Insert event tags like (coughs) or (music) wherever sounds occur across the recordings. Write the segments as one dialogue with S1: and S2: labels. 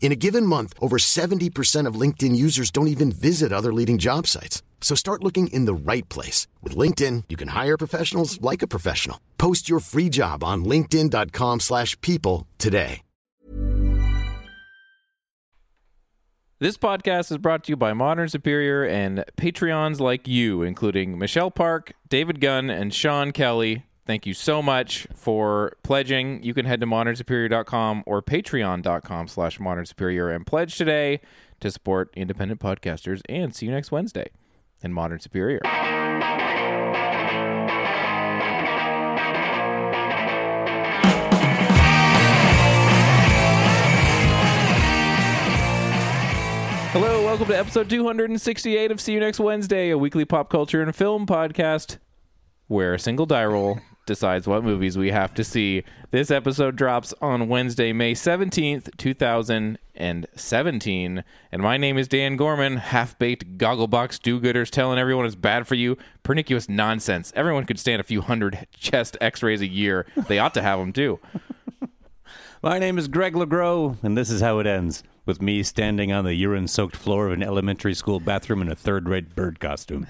S1: In a given month, over 70% of LinkedIn users don't even visit other leading job sites. So start looking in the right place. With LinkedIn, you can hire professionals like a professional. Post your free job on linkedin.com/people slash people today.
S2: This podcast is brought to you by Modern Superior and Patreons like you, including Michelle Park, David Gunn, and Sean Kelly. Thank you so much for pledging. You can head to modernsuperior.com or patreon.com slash modernsuperior and pledge today to support independent podcasters. And see you next Wednesday in Modern Superior. Hello, welcome to episode 268 of See You Next Wednesday, a weekly pop culture and film podcast where a single die roll decides what movies we have to see. This episode drops on Wednesday, May 17th, 2017. And my name is Dan Gorman, half baked gogglebox do gooders telling everyone it's bad for you. Pernicuous nonsense. Everyone could stand a few hundred chest x rays a year. They ought to have them too.
S3: My name is Greg LeGros, and this is how it ends with me standing on the urine soaked floor of an elementary school bathroom in a third rate bird costume.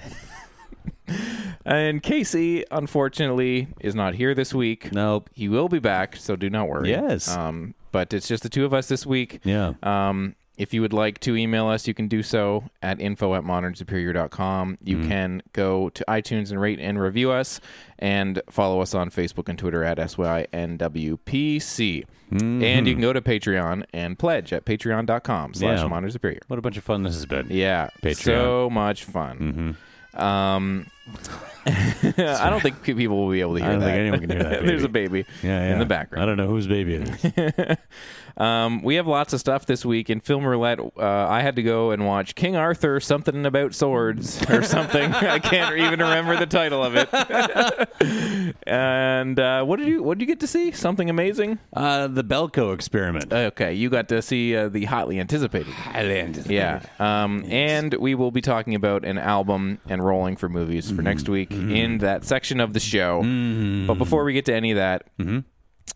S2: And Casey, unfortunately, is not here this week.
S3: Nope.
S2: He will be back, so do not worry.
S3: Yes.
S2: Um, but it's just the two of us this week.
S3: Yeah.
S2: Um, if you would like to email us, you can do so at info at modernsuperior.com. You
S3: Mm-hmm.
S2: can go to iTunes and rate and review us and follow us on Facebook and Twitter at SYNWPC.
S3: Mm-hmm.
S2: And you can go to Patreon and pledge at patreon.com slash
S3: Yeah.
S2: modernsuperior.
S3: What a bunch of fun this has been.
S2: Yeah.
S3: Patreon. Mm-hmm.
S2: So much fun. Um, (laughs) I don't think people will be able to hear
S3: I don't
S2: that.
S3: think anyone can hear
S2: (laughs)
S3: that
S2: There's
S3: baby.
S2: a baby
S3: Yeah, yeah.
S2: in the
S3: I
S2: background.
S3: don't know whose baby it is.
S2: Um, we have lots of stuff this week in film roulette. Uh, I had to go and watch King Arthur, something about swords
S3: (laughs)
S2: or something. I can't even remember the title of it.
S3: (laughs)
S2: and uh, what did you what did you get to see? Something amazing.
S3: (laughs) uh, the Belko experiment.
S2: Okay, you got to see uh, the hotly anticipated. (laughs) Yeah. Um, And we will be talking about an album and rolling for movies for
S3: Mm-hmm.
S2: next week in that section of the show. But before we get to any of that,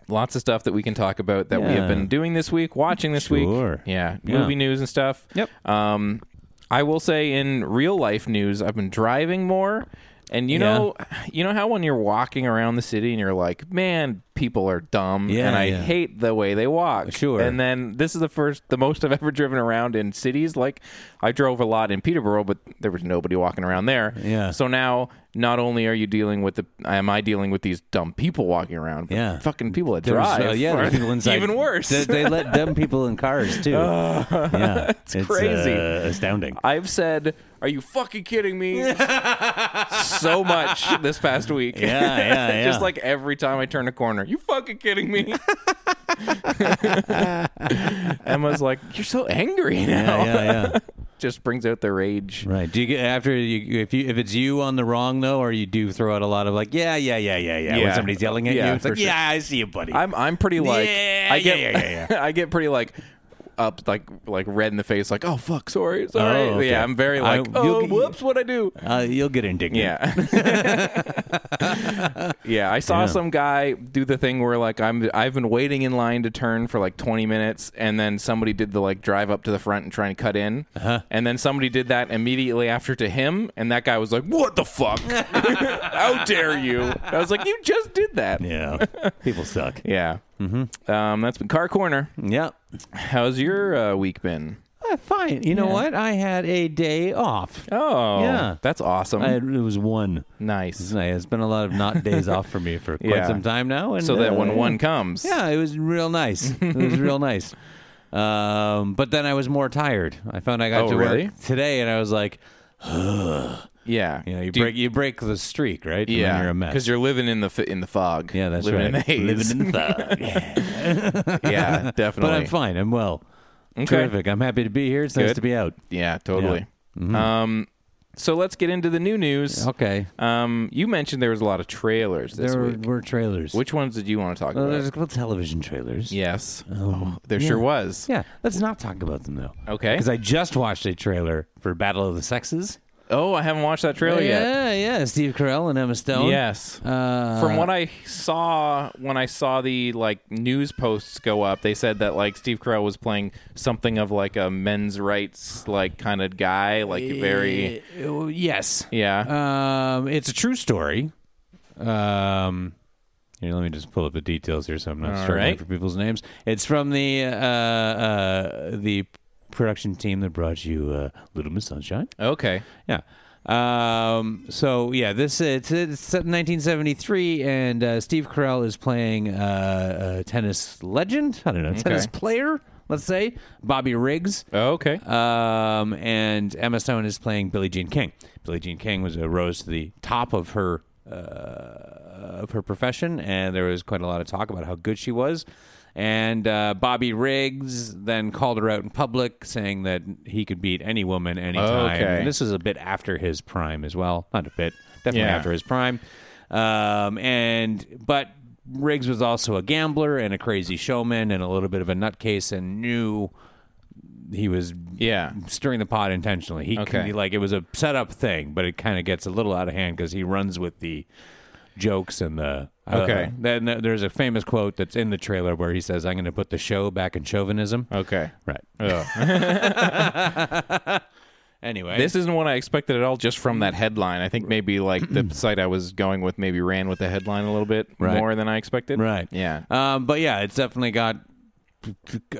S2: lots of stuff that we can talk about that we have
S3: Mm-hmm. Yeah.
S2: been doing this week, watching this week.
S3: Sure.
S2: Yeah.
S3: Yeah.
S2: Movie news and stuff.
S3: Yep.
S2: Um, I will say in real life news, I've been driving more. And you
S3: Yeah.
S2: know, you know how when you're walking around the city and you're like, "Man, people are dumb,"
S3: Yeah,
S2: and I
S3: yeah.
S2: hate the way they walk.
S3: Sure.
S2: And then this is the first, the most I've ever driven around in cities. Like I drove a lot in Peterborough, but there was nobody walking around there.
S3: Yeah.
S2: So now, not only are you dealing with the, am I dealing with these dumb people walking around? But
S3: Yeah.
S2: Fucking people that
S3: There was,
S2: drive.
S3: uh, yeah,
S2: are
S3: there's people inside.
S2: Even worse.
S3: They, they let dumb people in cars (laughs) too. yeah, it's,
S2: crazy.
S3: uh, (laughs) astounding.
S2: (laughs) I've said, "Are you fucking kidding
S3: (laughs)
S2: me?" so much this past week. (laughs)
S3: Yeah, yeah,
S2: Just
S3: yeah.
S2: like every time I turn a corner, you fucking kidding
S3: (laughs)
S2: me? (laughs) Emma's like, "You're so angry now."
S3: Yeah, yeah, yeah.
S2: Just brings out the rage.
S3: Right. Do you get after you if you if it's you on the wrong though, or you do throw out a lot of like yeah yeah yeah yeah yeah,
S2: Yeah.
S3: when somebody's yelling at
S2: Yeah,
S3: you, it's
S2: for
S3: like
S2: sure.
S3: yeah I see you buddy.
S2: I'm I'm pretty like
S3: Yeah,
S2: I get
S3: yeah,
S2: (laughs)
S3: yeah,
S2: I get pretty like up like like red in the face like oh fuck sorry sorry
S3: Oh, okay.
S2: yeah I'm very
S3: I-
S2: like
S3: you'll
S2: oh
S3: get-
S2: whoops what I
S3: (laughs)
S2: do
S3: uh, you'll get indignant.
S2: Yeah. (laughs) yeah, I saw some guy do the thing where like I'm I've been waiting in line to turn for like 20 minutes and then somebody did the like drive up to the front and try and cut in.
S3: Uh-huh.
S2: And then somebody did that immediately after to him and that guy was like, "What the fuck? (laughs) How dare you?" I was like, "You just did that."
S3: Yeah.
S2: (laughs)
S3: People suck. Mm-hmm.
S2: Yeah. Um, that's been Car Corner.
S3: Yeah.
S2: How's your uh, week been?
S3: yeah, fine. You know
S2: Yeah.
S3: what? I had a day off.
S2: Oh,
S3: Yeah.
S2: That's awesome.
S3: I had, it was one. It's
S2: nice.
S3: nice. It's been a lot of not days off for me
S2: (laughs)
S3: for quite
S2: Yeah.
S3: some time now. And
S2: So that
S3: uh,
S2: when
S3: yeah.
S2: one comes,
S3: Yeah, it was
S2: (laughs)
S3: real nice. It was real nice. Um, but then I was more tired. I found I got
S2: Oh,
S3: to
S2: really?
S3: work today, and I was like,
S2: yeah,
S3: you know, you
S2: Do
S3: break you, break the streak, right? And then
S2: yeah,
S3: you're a mess.
S2: because you're living in the f- in the fog.
S3: yeah, that's
S2: living
S3: right.
S2: In the haze. (laughs)
S3: Living in the thug.
S2: yeah, definitely.
S3: (laughs) but I'm fine. I'm well. Terrific. I'm happy to be here. It's nice
S2: Good.
S3: to be out.
S2: Yeah, totally. Um, so let's get into the new news.
S3: Okay.
S2: Um, you mentioned there was a lot of trailers this
S3: There were,
S2: week.
S3: were trailers.
S2: Which ones did you want to talk
S3: well, there's a
S2: about?
S3: couple television trailers.
S2: Yes, oh, there sure was.
S3: Yeah. Let's not talk about them though.
S2: Okay.
S3: Because I just watched a trailer for Battle of the Sexes.
S2: Oh, I haven't watched that trailer yet.
S3: yeah, yeah. Steve Carell and Emma Stone.
S2: Yes.
S3: Uh,
S2: From what I saw when I saw the like news posts go up, they said that like Steve Carell was playing something of like a men's rights like kind of guy, like very
S3: Uh, yes.
S2: yeah.
S3: Um, it's a true story. Um, here, let me just pull up the details here, so I'm not
S2: All
S3: struggling
S2: right.
S3: for people's names. It's from the uh, uh, the production team that brought you uh, Little Miss Sunshine.
S2: okay.
S3: Yeah. Um, so yeah, this it's, it's set in 1973, and uh, Steve Carell is playing uh, a tennis legend. I don't know, tennis
S2: Okay.
S3: player. Let's say Bobby Riggs.
S2: Okay.
S3: Um, and Emma Stone is playing Billie Jean King. Billie Jean King was uh, rose to the top of her uh, of her profession, and there was quite a lot of talk about how good she was. And uh, Bobby Riggs then called her out in public, saying that he could beat any woman anytime.
S2: Okay.
S3: And this is a bit after his prime as well. Not a bit, definitely
S2: Yeah.
S3: after his prime. Um, and but Riggs was also a gambler and a crazy showman and a little bit of a nutcase, and knew he was
S2: yeah.
S3: stirring the pot intentionally. He
S2: Okay.
S3: he- like it was a setup thing, but it kind of gets a little out of hand because he runs with the jokes and the. uh,
S2: Okay.
S3: then th- there's a famous quote that's in the trailer where he says, "I'm going to put the show back in chauvinism."
S2: Okay.
S3: Right.
S2: Ugh.
S3: (laughs)
S2: (laughs)
S3: Anyway,
S2: Oh. This isn't what I expected at all, just from that headline. I think maybe like the
S3: (clears throat)
S2: site I was going with maybe ran with the headline a little bit
S3: Right.
S2: more than I expected.
S3: right.
S2: Yeah.
S3: Um, but yeah, it's definitely got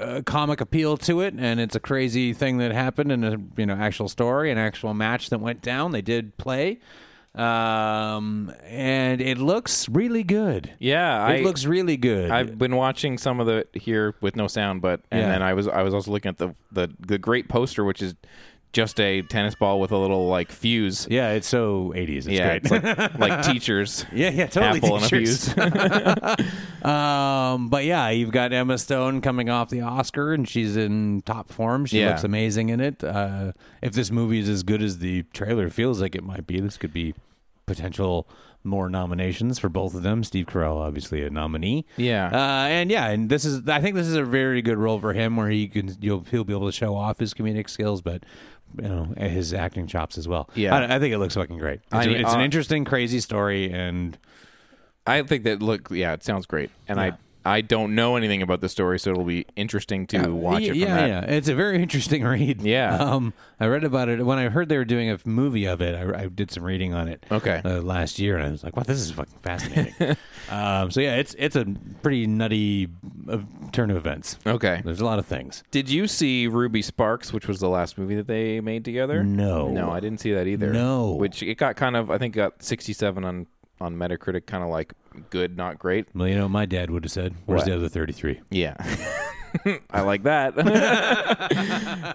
S3: uh, comic appeal to it, and it's a crazy thing that happened and a you know actual story, an actual match that went down. They did play, um, and it looks really good.
S2: Yeah. I,
S3: It looks really good.
S2: I've been watching some of the here with no sound, but and
S3: Yeah.
S2: then I was I was also looking at the, the the great poster, which is just a tennis ball with a little like fuse.
S3: yeah, it's so 80s. It's
S2: yeah,
S3: great.
S2: it's like, like teachers.
S3: (laughs) yeah, yeah, totally.
S2: apple
S3: teachers.
S2: and a
S3: (laughs)
S2: fuse. (laughs)
S3: Um, but yeah, you've got Emma Stone coming off the Oscar, and she's in top form. She
S2: Yeah.
S3: looks amazing in it. Uh, if this movie is as good as the trailer feels like it might be, this could be potential more nominations for both of them. Steve Carell, obviously a nominee.
S2: Yeah.
S3: uh, and yeah, and this is I think this is a very good role for him, where he can you'll, he'll be able to show off his comedic skills, but. You know his acting chops as well.
S2: Yeah.
S3: I, I think it looks fucking great. It's,
S2: I
S3: a-
S2: mean,
S3: it's an
S2: uh,
S3: interesting, crazy story, and
S2: I think that look. Yeah, it sounds great, and I I don't know anything about the story, so it'll be interesting to watch
S3: Y-
S2: it from
S3: Uh, yeah,
S2: that.
S3: yeah. It's a very interesting (laughs) read.
S2: Yeah.
S3: Um, I read about it when I heard they were doing a f- movie of it. I, I did some reading on it.
S2: Okay.
S3: Uh, last year, and I was like, "Wow, this is fucking
S2: (laughs)
S3: fascinating." um, so yeah, it's it's a pretty nutty uh, turn of events.
S2: Okay.
S3: There's a lot of things.
S2: Did you see Ruby Sparks, which was the last movie that they made together?
S3: No.
S2: no, I didn't see that either.
S3: Oh. No.
S2: which it got kind of. I think got sixty-seven on on Metacritic, kind of like good, not great.
S3: Well, you know, my dad would have said, "Where's
S2: What?
S3: the other 33?"
S2: Yeah. (laughs) I like that. (laughs)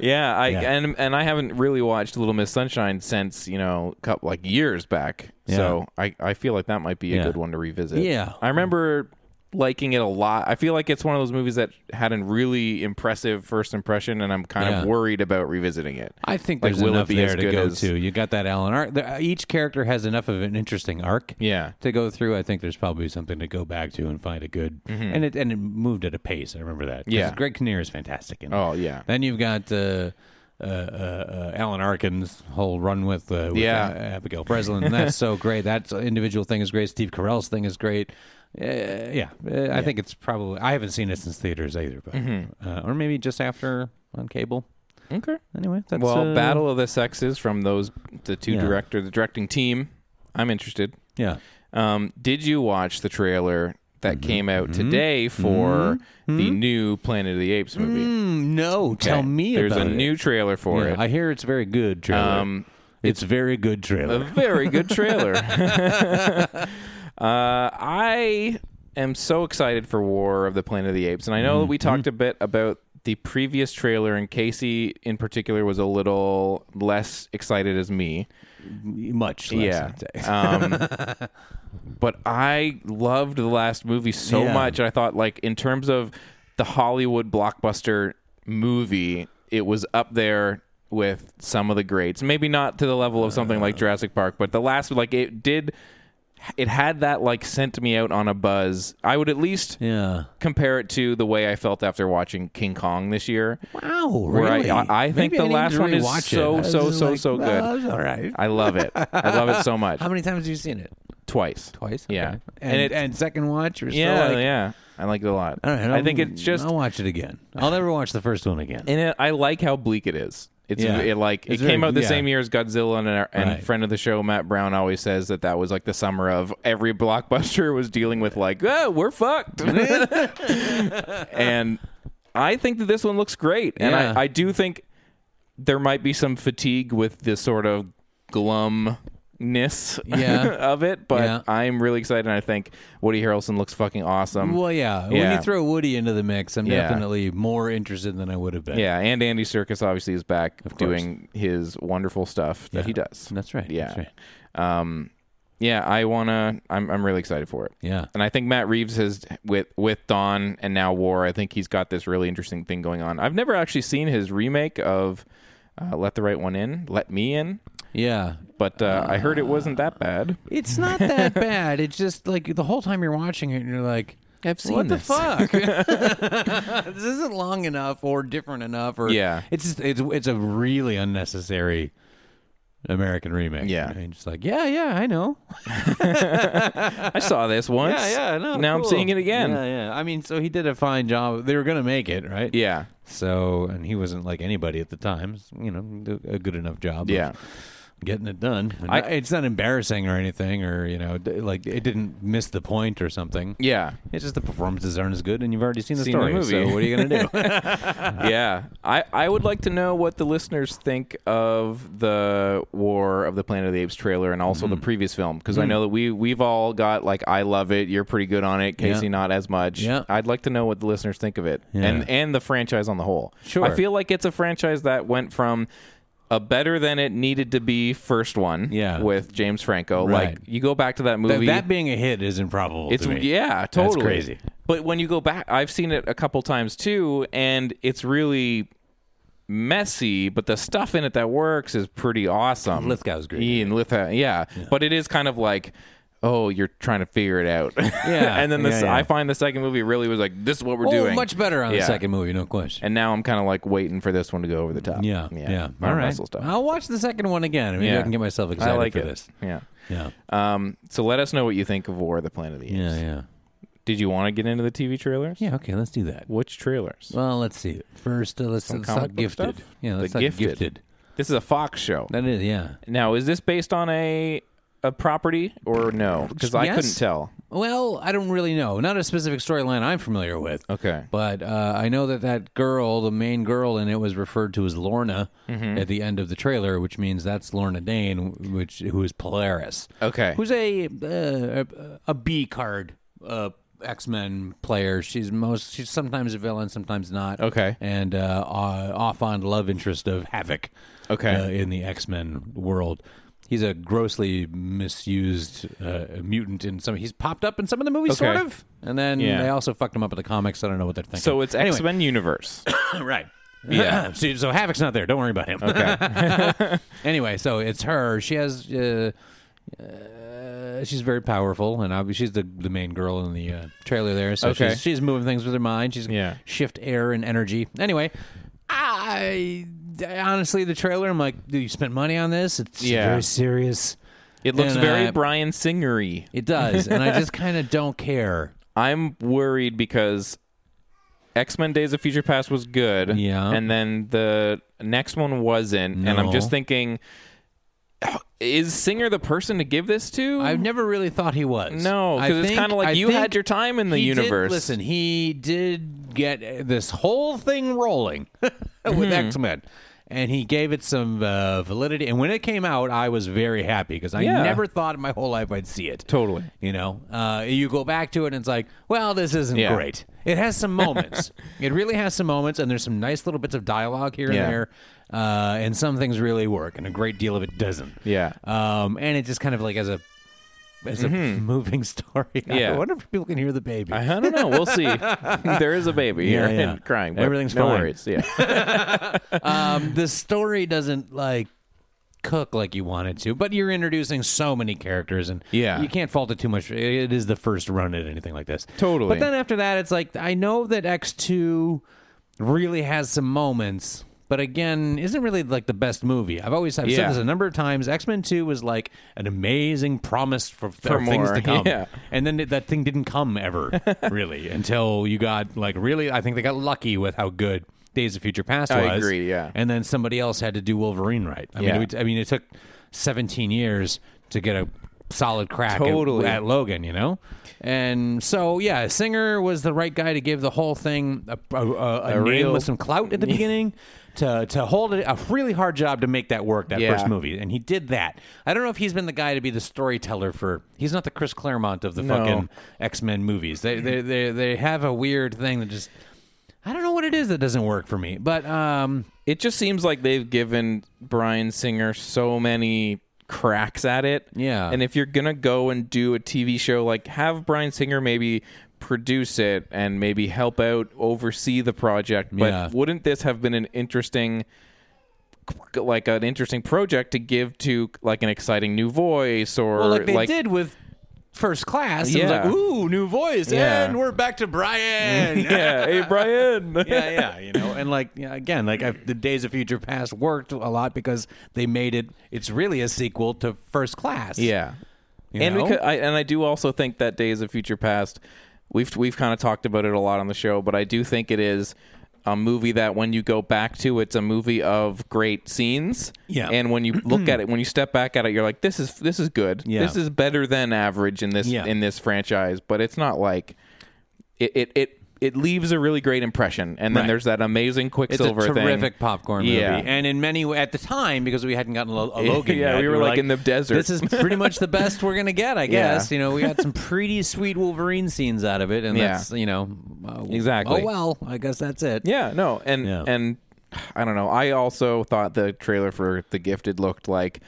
S2: yeah, I
S3: Yeah.
S2: and and I haven't really watched Little Miss Sunshine since, you know, couple, like years back. So, I I feel like that might be a
S3: Yeah.
S2: good one to revisit.
S3: Yeah.
S2: I remember liking it a lot. I feel like it's one of those movies that had a really impressive first impression and I'm kind
S3: Yeah.
S2: of worried about revisiting it.
S3: I think
S2: Like,
S3: there's
S2: will it
S3: enough
S2: be
S3: there
S2: as
S3: to
S2: good
S3: go
S2: as-
S3: to. You got that Alan arc. There- Each character has enough of an interesting arc.
S2: Yeah.
S3: to go through. I think there's probably something to go back to and find a good and it and it moved at a pace. I remember that. 'Cause
S2: Yeah.
S3: Greg Kinnear is fantastic. In it.
S2: Oh, yeah.
S3: Then you've got uh, uh, uh, uh, Alan Arkin's whole run with, uh, with
S2: Yeah.
S3: uh, Abigail Breslin. and that's so great. That individual thing is great. Steve Carell's thing is great. Uh, yeah, uh, I think it's probably. I haven't seen it since theaters either, but uh, or maybe just after on cable.
S2: Okay.
S3: Anyway, that's
S2: well,
S3: uh,
S2: Battle of the Sexes from those the two
S3: Yeah.
S2: director, the directing team. I'm interested.
S3: Yeah.
S2: Um, did you watch the trailer that
S3: Mm-hmm.
S2: came out today for the new Planet of the Apes movie.
S3: Mm, no, tell
S2: Okay.
S3: me
S2: There's
S3: about
S2: a
S3: it.
S2: new trailer for
S3: Yeah,
S2: it.
S3: I hear it's very good trailer.
S2: Um,
S3: it's very good
S2: a
S3: trailer.
S2: very good
S3: (laughs)
S2: trailer. (laughs) uh, I am so excited for War of the Planet of the Apes, and I know that
S3: Mm-hmm.
S2: we talked a bit about the previous trailer, and Casey in particular was a little less excited as me.
S3: Much less. I'd say.
S2: um, but I loved the last movie so
S3: Yeah.
S2: much. I thought, like, in terms of the Hollywood blockbuster movie, it was up there with some of the greats. Maybe not to the level of something like Jurassic Park, but the last, like, it did. It had that like sent me out on a buzz. I would at least
S3: Yeah.
S2: compare it to the way I felt after watching King Kong this year.
S3: Wow.
S2: Where I-
S3: Really?
S2: I- I think
S3: Maybe
S2: the
S3: need
S2: last
S3: to
S2: one is
S3: rewatch it.
S2: so,
S3: I was
S2: so,
S3: just
S2: so, so
S3: well,
S2: good.
S3: that was all right.
S2: I love it. I love it so much.
S3: (laughs) How many times have you seen it?
S2: Twice.
S3: Twice.
S2: Yeah.
S3: Okay.
S2: And
S3: And
S2: it-
S3: and, second watch. You're
S2: Yeah,
S3: still like,
S2: yeah. I like it a lot.
S3: All right,
S2: I
S3: I'll-
S2: think it's just
S3: I'll watch it again. I'll never watch the first one again.
S2: and it, I like how bleak it is. It's
S3: Yeah.
S2: it like
S3: It's
S2: it came
S3: very-
S2: out the
S3: yeah.
S2: same year as Godzilla, and, our, and
S3: Right.
S2: friend of the show Matt Brown always says that that was like the summer of every blockbuster was dealing with like, oh, we're
S3: (laughs)
S2: fucked, and I think that this one looks great, and
S3: Yeah.
S2: I, I do think there might be some fatigue with this sort of glumness
S3: Yeah.
S2: (laughs) of it, but
S3: Yeah.
S2: I'm really excited. and I think Woody Harrelson looks fucking awesome.
S3: Well, yeah. When
S2: Yeah.
S3: you throw Woody into the mix, I'm
S2: Yeah.
S3: definitely more interested than I would have been.
S2: Yeah, and Andy Circus obviously is back
S3: course.
S2: doing his wonderful stuff that he does.
S3: That's right.
S2: Yeah.
S3: That's right.
S2: Um, yeah, I wanna. I'm I'm really excited for it.
S3: Yeah.
S2: And I think Matt Reeves has with with Dawn and now War. I think he's got this really interesting thing going on. I've never actually seen his remake of uh, Let the Right One In, Let Me In,
S3: Yeah.
S2: but uh, I heard it wasn't that bad.
S3: It's not that bad. It's just like the whole time you're watching it, and you're like,
S2: I've seen
S3: what
S2: this. (laughs)
S3: the fuck? (laughs) this isn't long enough or different enough, or
S2: Yeah.
S3: it's just, it's it's a really unnecessary American remake.
S2: Yeah.
S3: and just like yeah, yeah, I know.
S2: I saw
S3: (laughs)
S2: this once. Now I'm seeing it again.
S3: Yeah,
S2: Yeah.
S3: yeah. I mean, so he did a fine job. They were gonna make it, right?
S2: Yeah.
S3: So, and he wasn't like anybody at the time. So, you know, do a good enough job.
S2: Yeah.
S3: Of getting it done. And
S2: I-
S3: it's not embarrassing or anything, or you know, d- like it didn't miss the point or something.
S2: yeah.
S3: It's just the performances aren't as good, and you've already seen the
S2: Seen the
S3: story.
S2: movie.
S3: So what are you
S2: (laughs)
S3: gonna do?
S2: yeah. I, I would like to know what the listeners think of the War of the Planet of the Apes trailer and also
S3: Mm-hmm.
S2: the previous film because
S3: Mm.
S2: I know that we we've all got like I love it, you're pretty good on it, Casey
S3: Yeah.
S2: not as much.
S3: Yeah.
S2: I'd like to know what the listeners think of it and and the franchise on the whole.
S3: Sure.
S2: I feel like it's a franchise that went from a better than it needed to be first one
S3: Yeah.
S2: with James Franco. Like
S3: Right.
S2: you go back to that
S3: That-
S2: movie
S3: that being a hit is improbable.
S2: it's
S3: to me.
S2: yeah, totally
S3: crazy.
S2: But when you go back, I've seen it a couple times too, and it's really messy. But the stuff in it that works is pretty awesome.
S3: Lithgow's great.
S2: Ian Lithgow, yeah. But it is kind of like. Oh, you're trying to figure it out. (laughs)
S3: Yeah,
S2: and then this,
S3: yeah, yeah.
S2: I find the second movie really was like, this is what we're
S3: Oh,
S2: doing.
S3: much better on
S2: Yeah.
S3: the second movie, no question.
S2: And now I'm kind of like waiting for this one to go over the top.
S3: yeah, yeah,
S2: All right. Stuff.
S3: I'll watch the second one again. Maybe
S2: Yeah.
S3: I can get myself excited
S2: I like
S3: for
S2: it.
S3: this.
S2: Yeah.
S3: Yeah,
S2: Um, so let us know what you think of War of the Planet of the Apes.
S3: yeah, yeah,
S2: Did you want to get into the TV trailers?
S3: yeah. Okay, let's do that.
S2: Which trailers?
S3: Well, let's see. First, uh, let's,
S2: comic
S3: let's talk
S2: book
S3: gifted.
S2: stuff?
S3: Yeah, let's
S2: The
S3: talk
S2: Gifted.
S3: gifted.
S2: This is a Fox show.
S3: That is, yeah.
S2: Now, is this based on a a property or no? Because I
S3: Yes.
S2: couldn't tell.
S3: Well, I don't really know. Not a specific storyline I'm familiar with.
S2: Okay.
S3: But uh, I know that that girl, the main girl in it, was referred to as Lorna
S2: Mm-hmm.
S3: at the end of the trailer, which means that's Lorna Dane, which who is Polaris.
S2: Okay.
S3: Who's a uh, a, a B card uh, X Men player. She's most she's sometimes a villain, sometimes not.
S2: Okay.
S3: And uh, uh, off on love interest of Havoc.
S2: Okay.
S3: Uh, in the X Men world. He's a grossly misused uh, mutant in some. He's popped up in some of the movies, sort
S2: Okay.
S3: of, and then
S2: Yeah.
S3: they also fucked him up at the comics. I don't know what they're thinking.
S2: so it's
S3: Anyway,
S2: X Men
S3: (coughs)
S2: Universe.
S3: right?
S2: (clears throat)
S3: (coughs)
S2: Yeah.
S3: so, so Havoc's not there. Don't worry about him.
S2: Okay.
S3: (coughs) anyway, so it's her. She has. Uh, uh, she's very powerful, and obviously she's the the main girl in the uh, trailer there. So
S2: Okay.
S3: she's, she's moving things with her mind. She's
S2: Yeah.
S3: shift air and energy. Anyway, I honestly the trailer. I'm like, dude, you spent money on this. It's
S2: Yeah.
S3: very serious.
S2: It looks
S3: And,
S2: very
S3: uh,
S2: Brian Singery.
S3: It does,
S2: (laughs)
S3: and I just kind of don't care.
S2: I'm worried because X Men Days of Future Past was good.
S3: Yeah.
S2: And then the next one wasn't. And I'm
S3: No.
S2: just thinking Is Singer the person to give this to?
S3: I've never really thought he was.
S2: No,
S3: I
S2: 'cause it's
S3: think-
S2: kinda like
S3: I
S2: you
S3: think
S2: had your time in the
S3: he did-
S2: universe.
S3: listen, he did get uh, this whole thing rolling (laughs) with
S2: Mm-hmm.
S3: X Men, and he gave it some uh, validity. And when it came out, I was very happy because I
S2: Yeah.
S3: never thought in my whole life I'd see it.
S2: Totally.
S3: You know, uh, you go back to it, and it's like, well, this isn't
S2: Yeah.
S3: great. It has
S2: (laughs)
S3: some moments. it really has some moments, and there's some nice little bits of dialogue here
S2: Yeah.
S3: and there. Uh, and some things really work, and a great deal of it doesn't.
S2: Yeah.
S3: Um, and it just kind of like as a as a moving (laughs) story.
S2: Mm-hmm. Yeah.
S3: I wonder if people can hear the baby.
S2: I don't know. We'll see. (laughs) there is a baby here
S3: Yeah, yeah.
S2: and crying. But
S3: Everything's
S2: no
S3: fine.
S2: worries.
S3: (laughs)
S2: Yeah.
S3: Um, the story doesn't like cook like you want it to, but you're introducing so many characters, and
S2: Yeah.
S3: you can't fault it too much. It- It is the first run at anything like this.
S2: Totally.
S3: But then after that, it's like I know that X two really has some moments. But again, isn't really like the best movie. I've always I've
S2: Yeah.
S3: said this a number of times. X Men Two was like an amazing promise for, for things
S2: more,
S3: to come.
S2: yeah.
S3: And then th- that thing didn't
S2: (laughs)
S3: come ever, really, until you got like really. I think they got lucky with how good Days of Future Past
S2: I
S3: was.
S2: agree, yeah.
S3: And then somebody else had to do Wolverine right. I
S2: Yeah.
S3: mean, it, I mean, it took 17 years to get a solid crack at-
S2: Totally.
S3: at, Logan, you know. And so, yeah, Singer was the right guy to give the whole thing a, a, a, a name
S2: real-
S3: with some
S2: (laughs)
S3: clout at the beginning. To, to hold it a really hard job to make that work that
S2: Yeah.
S3: first movie and he did that I don't know if he's been the guy to be the storyteller for he's not the Chris Claremont of the
S2: No.
S3: fucking X Men movies. They, they they they have a weird thing that just I don't know what it is that doesn't work for me. But um,
S2: it just seems like they've given Brian Singer so many cracks at it.
S3: Yeah.
S2: And if you're going to go and do a TV show, like have Brian Singer maybe produce it and maybe help out oversee the project. But
S3: Yeah.
S2: wouldn't this have been an interesting like an interesting project to give to like an exciting new voice or
S3: well, like they did with First Class, it
S2: Yeah.
S3: was like ooh, new voice,
S2: Yeah.
S3: and we're back to
S2: (laughs)
S3: Brian.
S2: yeah,
S3: (laughs)
S2: hey Brian.
S3: yeah, yeah, you know, and like yeah, again, like i the Days of Future Past worked a lot because they made it. It's really a sequel to First Class.
S2: Yeah,
S3: You
S2: and
S3: know?
S2: we could, I, and I do also think that Days of Future Past. We've we've kind of talked about it a lot on the show, but I do think it is a movie that when you go back to, it's a movie of great scenes.
S3: Yeah.
S2: and
S3: (clears throat)
S2: when you look at it, when you step back at it, you're like, this is this is good.
S3: Yeah.
S2: this is better than average in this
S3: Yeah.
S2: in this franchise. But it's not like it it. it it leaves a really great impression, and then
S3: Right.
S2: there's that amazing
S3: It's
S2: Quicksilver
S3: a
S2: thing.
S3: terrific popcorn movie,
S2: Yeah.
S3: and in many at the time because we hadn't gotten a, lo- a Logan.
S2: (laughs) Yeah,
S3: yet,
S2: we were, like, in the desert.
S3: This is pretty much the best we're gonna get,
S2: (laughs)
S3: I
S2: Yeah.
S3: guess. You know, we got some pretty sweet Wolverine scenes out of it, and
S2: Yeah.
S3: that's you know uh,
S2: Exactly.
S3: Oh well, I guess that's it.
S2: Yeah, no, and
S3: Yeah.
S2: and I don't know. I also thought the trailer for The Gifted looked like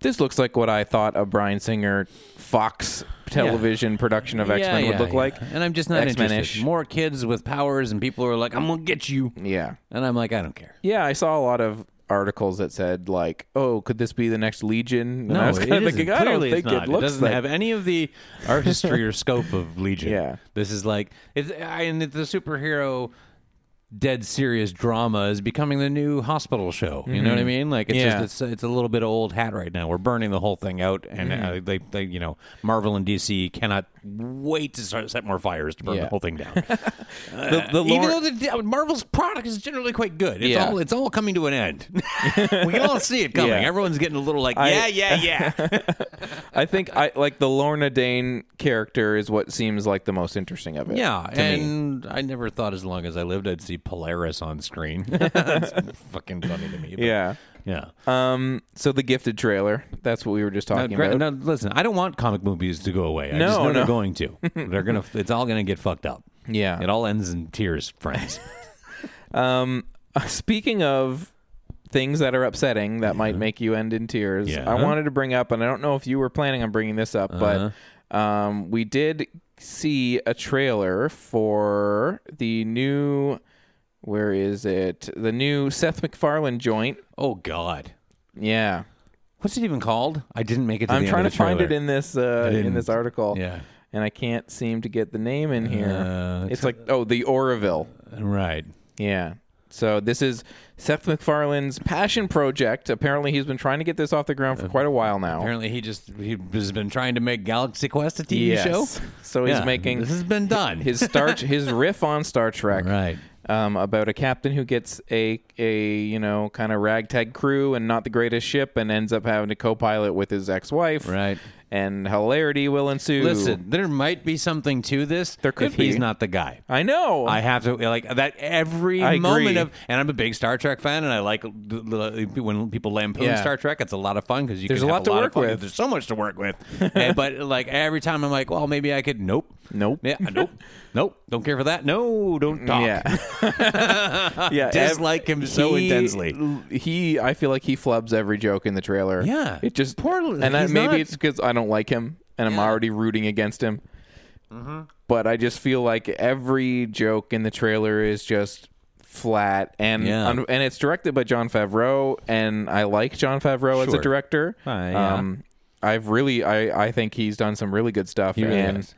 S2: this looks like what I thought a Brian Singer Fox television production of
S3: Yeah,
S2: X Men
S3: yeah,
S2: would look
S3: yeah.
S2: like.
S3: and I'm just not
S2: X-Men-ish.
S3: interested. More kids with powers, and people are like, "I'm gonna get you,"
S2: Yeah,
S3: and I'm like, "I
S2: (laughs)
S3: don't care."
S2: yeah. I saw a lot of articles that said like, "Oh, could this be the next Legion?" And I was
S3: it
S2: kinda
S3: isn't.
S2: thinking, I don't
S3: Clearly it's
S2: think
S3: not.
S2: it looks
S3: doesn't
S2: like.
S3: have any of the
S2: (laughs)
S3: artistry or scope of Legion.
S2: Yeah.
S3: this is like it's I- and it's the superhero dead serious drama is becoming the new hospital show. You know what I mean? Like it's
S2: Mm-hmm. Yeah.
S3: just it's, it's a little bit of old hat right now. We're burning the whole thing out, and uh,
S2: Mm-hmm.
S3: they, they you know Marvel and DC cannot wait to start set more fires to burn
S2: Yeah.
S3: the whole thing down.
S2: (laughs) the, the
S3: Even
S2: lore-
S3: though the, Marvel's product is generally quite good, it's
S2: Yeah.
S3: all it's all coming to an end. (laughs) we can all see it coming.
S2: Yeah.
S3: Everyone's getting a little like, yeah, yeah, yeah.
S2: (laughs) I think I like the Lorna Dane character is what seems like the most interesting of it.
S3: Yeah,
S2: to me.
S3: and I never thought as long as I lived I'd see Polaris
S2: (laughs)
S3: on screen. (laughs) That's fucking funny to me. but-
S2: yeah.
S3: yeah.
S2: Um. So the Gifted trailer. That's what we were just
S3: Now,
S2: talking
S3: gra-
S2: about.
S3: now, listen, I don't want comic movies to go away. I
S2: No,
S3: just know
S2: no.
S3: they're
S2: (laughs)
S3: going to. They're gonna. It's all gonna get fucked up.
S2: Yeah.
S3: It all ends in tears,
S2: (laughs)
S3: friends.
S2: Um, (laughs) speaking of things that are upsetting that might make you end in tears,
S3: Yeah.
S2: I wanted to bring up, and I don't know if you were planning on bringing this up,
S3: Uh-huh.
S2: but um, we did see a trailer for the new. Where is it? The new Seth MacFarlane joint.
S3: oh God.
S2: Yeah,
S3: What's it even called? I didn't make it. To
S2: I'm
S3: the
S2: trying
S3: end
S2: to
S3: of the trailer.
S2: find it in this uh, in
S3: didn't-
S2: this article.
S3: yeah.
S2: and I can't seem to get the name in here.
S3: Uh,
S2: it's like oh, the Oroville.
S3: Right.
S2: Yeah. So this is Seth MacFarlane's passion project. Apparently, he's been trying to get this off the ground for quite a while now.
S3: Apparently, he just he has been trying to make Galaxy Quest a TV
S2: Yes.
S3: show.
S2: So he's
S3: Yeah,
S2: making (laughs)
S3: this has been done.
S2: his star his riff on Star Trek.
S3: Right.
S2: um, about a captain who gets a a you know kind of ragtag crew and not the greatest ship and ends up having to co-pilot with his ex-wife.
S3: Right.
S2: And hilarity will ensue.
S3: Listen, there might be something to this.
S2: There could
S3: if he's
S2: be.
S3: not the guy.
S2: I know.
S3: I have to like that every
S2: I
S3: moment
S2: agree.
S3: of, and I'm a big Star Trek fan, and I like l- l- when people lampoon
S2: Yeah.
S3: Star Trek. It's a lot of fun because you
S2: There's
S3: can
S2: a
S3: have
S2: lot to
S3: of
S2: work
S3: fun.
S2: with.
S3: There's so much to work
S2: (laughs)
S3: with, And- but like every time I'm like, well, maybe I could. Nope,
S2: Nope.
S3: yeah,
S2: (laughs)
S3: nope, nope. Don't care for that. No, don't talk.
S2: Yeah. (laughs)
S3: (laughs)
S2: yeah. ev-
S3: Dislike him so
S2: he-
S3: intensely.
S2: He, I feel like he flubs every joke in the trailer.
S3: Yeah.
S2: It just
S3: Poor l-
S2: and I,
S3: he's
S2: maybe
S3: not-
S2: it's because I don't like him and I'm already rooting against him. But I just feel like every joke in the trailer is just flat and
S3: Yeah.
S2: un- and it's directed by John Favreau and I like John Favreau as a
S3: Sure.
S2: director.
S3: Uh, yeah.
S2: Um I've really I I think he's done some really good stuff
S3: really
S2: and
S3: has.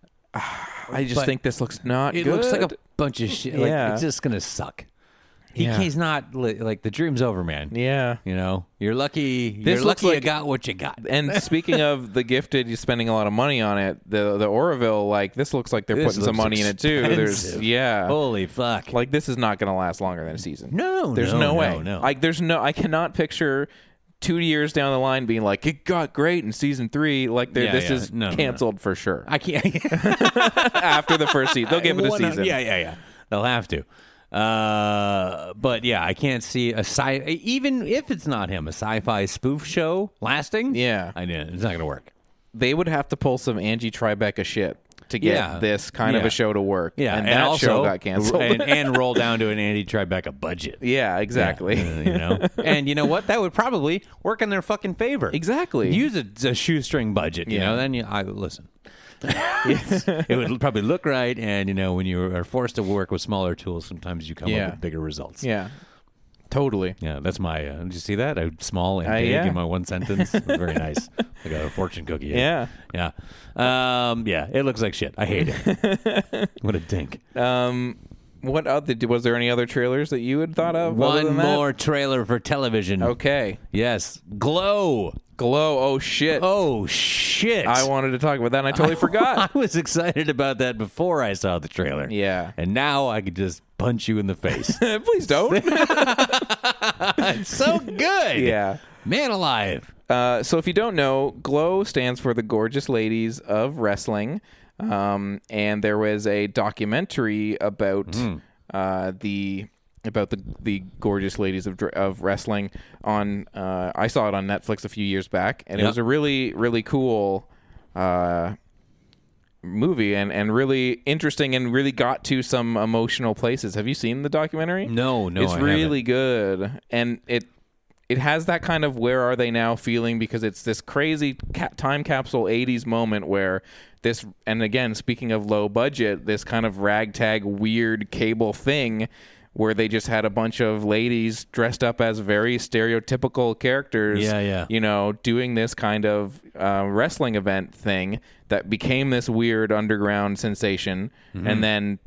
S2: (sighs) I just
S3: But
S2: think this looks not
S3: It
S2: good.
S3: looks like a bunch of shit. Like,
S2: Yeah.
S3: It's just gonna suck. He,
S2: Yeah.
S3: He's not li- like the dream's over, man.
S2: yeah.
S3: You know, you're lucky.
S2: This
S3: you're
S2: looks
S3: lucky you
S2: like-
S3: got what you got. (laughs)
S2: And speaking of the gifted, you're spending a lot of money on it. The the Oroville, like this looks like they're
S3: This
S2: putting some
S3: looks
S2: money in it too. There's
S3: expensive.
S2: yeah,
S3: Holy fuck!
S2: like this is not going to last longer than a season.
S3: No,
S2: there's no,
S3: no,
S2: way.
S3: no, no.
S2: Like there's no. I cannot picture two years down the line being like it got great in season three. Like they're-
S3: Yeah,
S2: this
S3: yeah.
S2: is
S3: No, no, no.
S2: canceled for sure (laughs)
S3: I can't. (laughs)
S2: after the first season. They'll give it a
S3: One-
S2: season.
S3: Yeah, yeah, yeah. They'll have to. Uh, but yeah, I can't see a sci. Even if it's not him, a sci-fi spoof show lasting.
S2: Yeah.
S3: I know it's not gonna work.
S2: They would have to pull some Angie Tribeca shit to get
S3: Yeah.
S2: this kind of
S3: Yeah.
S2: a show to work.
S3: Yeah,
S2: and, that
S3: also,
S2: show got canceled. (laughs)
S3: and, and roll down to an Andy Tribeca budget.
S2: yeah, exactly.
S3: Uh, you know, (laughs) and you know what? That would probably work in their fucking favor.
S2: Exactly.
S3: Use a, a shoestring budget. You
S2: Yeah.
S3: know, then you, I listen. it would probably look right, and you know, when you are forced to work with smaller tools, sometimes you come
S2: Yeah.
S3: up with bigger
S2: (laughs)
S3: results.
S2: yeah, totally.
S3: Yeah, that's my. Uh, did you see that? I small and
S2: Uh,
S3: big
S2: yeah.
S3: in my
S2: (laughs)
S3: one sentence. Very nice, like a fortune cookie.
S2: Yeah.
S3: yeah, um, yeah. It looks like shit. I hate it.
S2: (laughs)
S3: what a dink.
S2: Um, what other was there any other trailers that you had thought of? other
S3: One
S2: than that?
S3: more trailer for television.
S2: Okay,
S3: Yes, Glow.
S2: Glow. Oh shit!
S3: Oh shit! (laughs)
S2: I wanted to talk about that. and I totally forgot.
S3: I was excited about that before I saw the trailer.
S2: Yeah.
S3: and now I could just punch you in the face.
S2: (laughs) Please
S3: (laughs)
S2: don't.
S3: so good.
S2: yeah.
S3: man alive.
S2: Uh, so if you don't know, GLOW stands for the Gorgeous Ladies of Wrestling, um, and there was a documentary about
S3: Hmm.
S2: uh, the about the the gorgeous ladies of dr- of wrestling on. Uh, I saw it on Netflix a few years back, and it
S3: Yeah.
S2: was a really really cool. Uh, movie and, and really interesting and really got to some emotional places. Have you seen the documentary?
S3: No, no,
S2: It's
S3: I haven't.
S2: really good and it it has that kind of where are they now feeling because it's this crazy ca- time capsule 80s moment where this and again speaking of low budget this kind of ragtag weird cable thing where they just had a bunch of ladies dressed up as very stereotypical characters
S3: Yeah, yeah.
S2: you know doing this kind of uh, wrestling event thing that became this weird underground sensation
S3: Mm-hmm.
S2: and then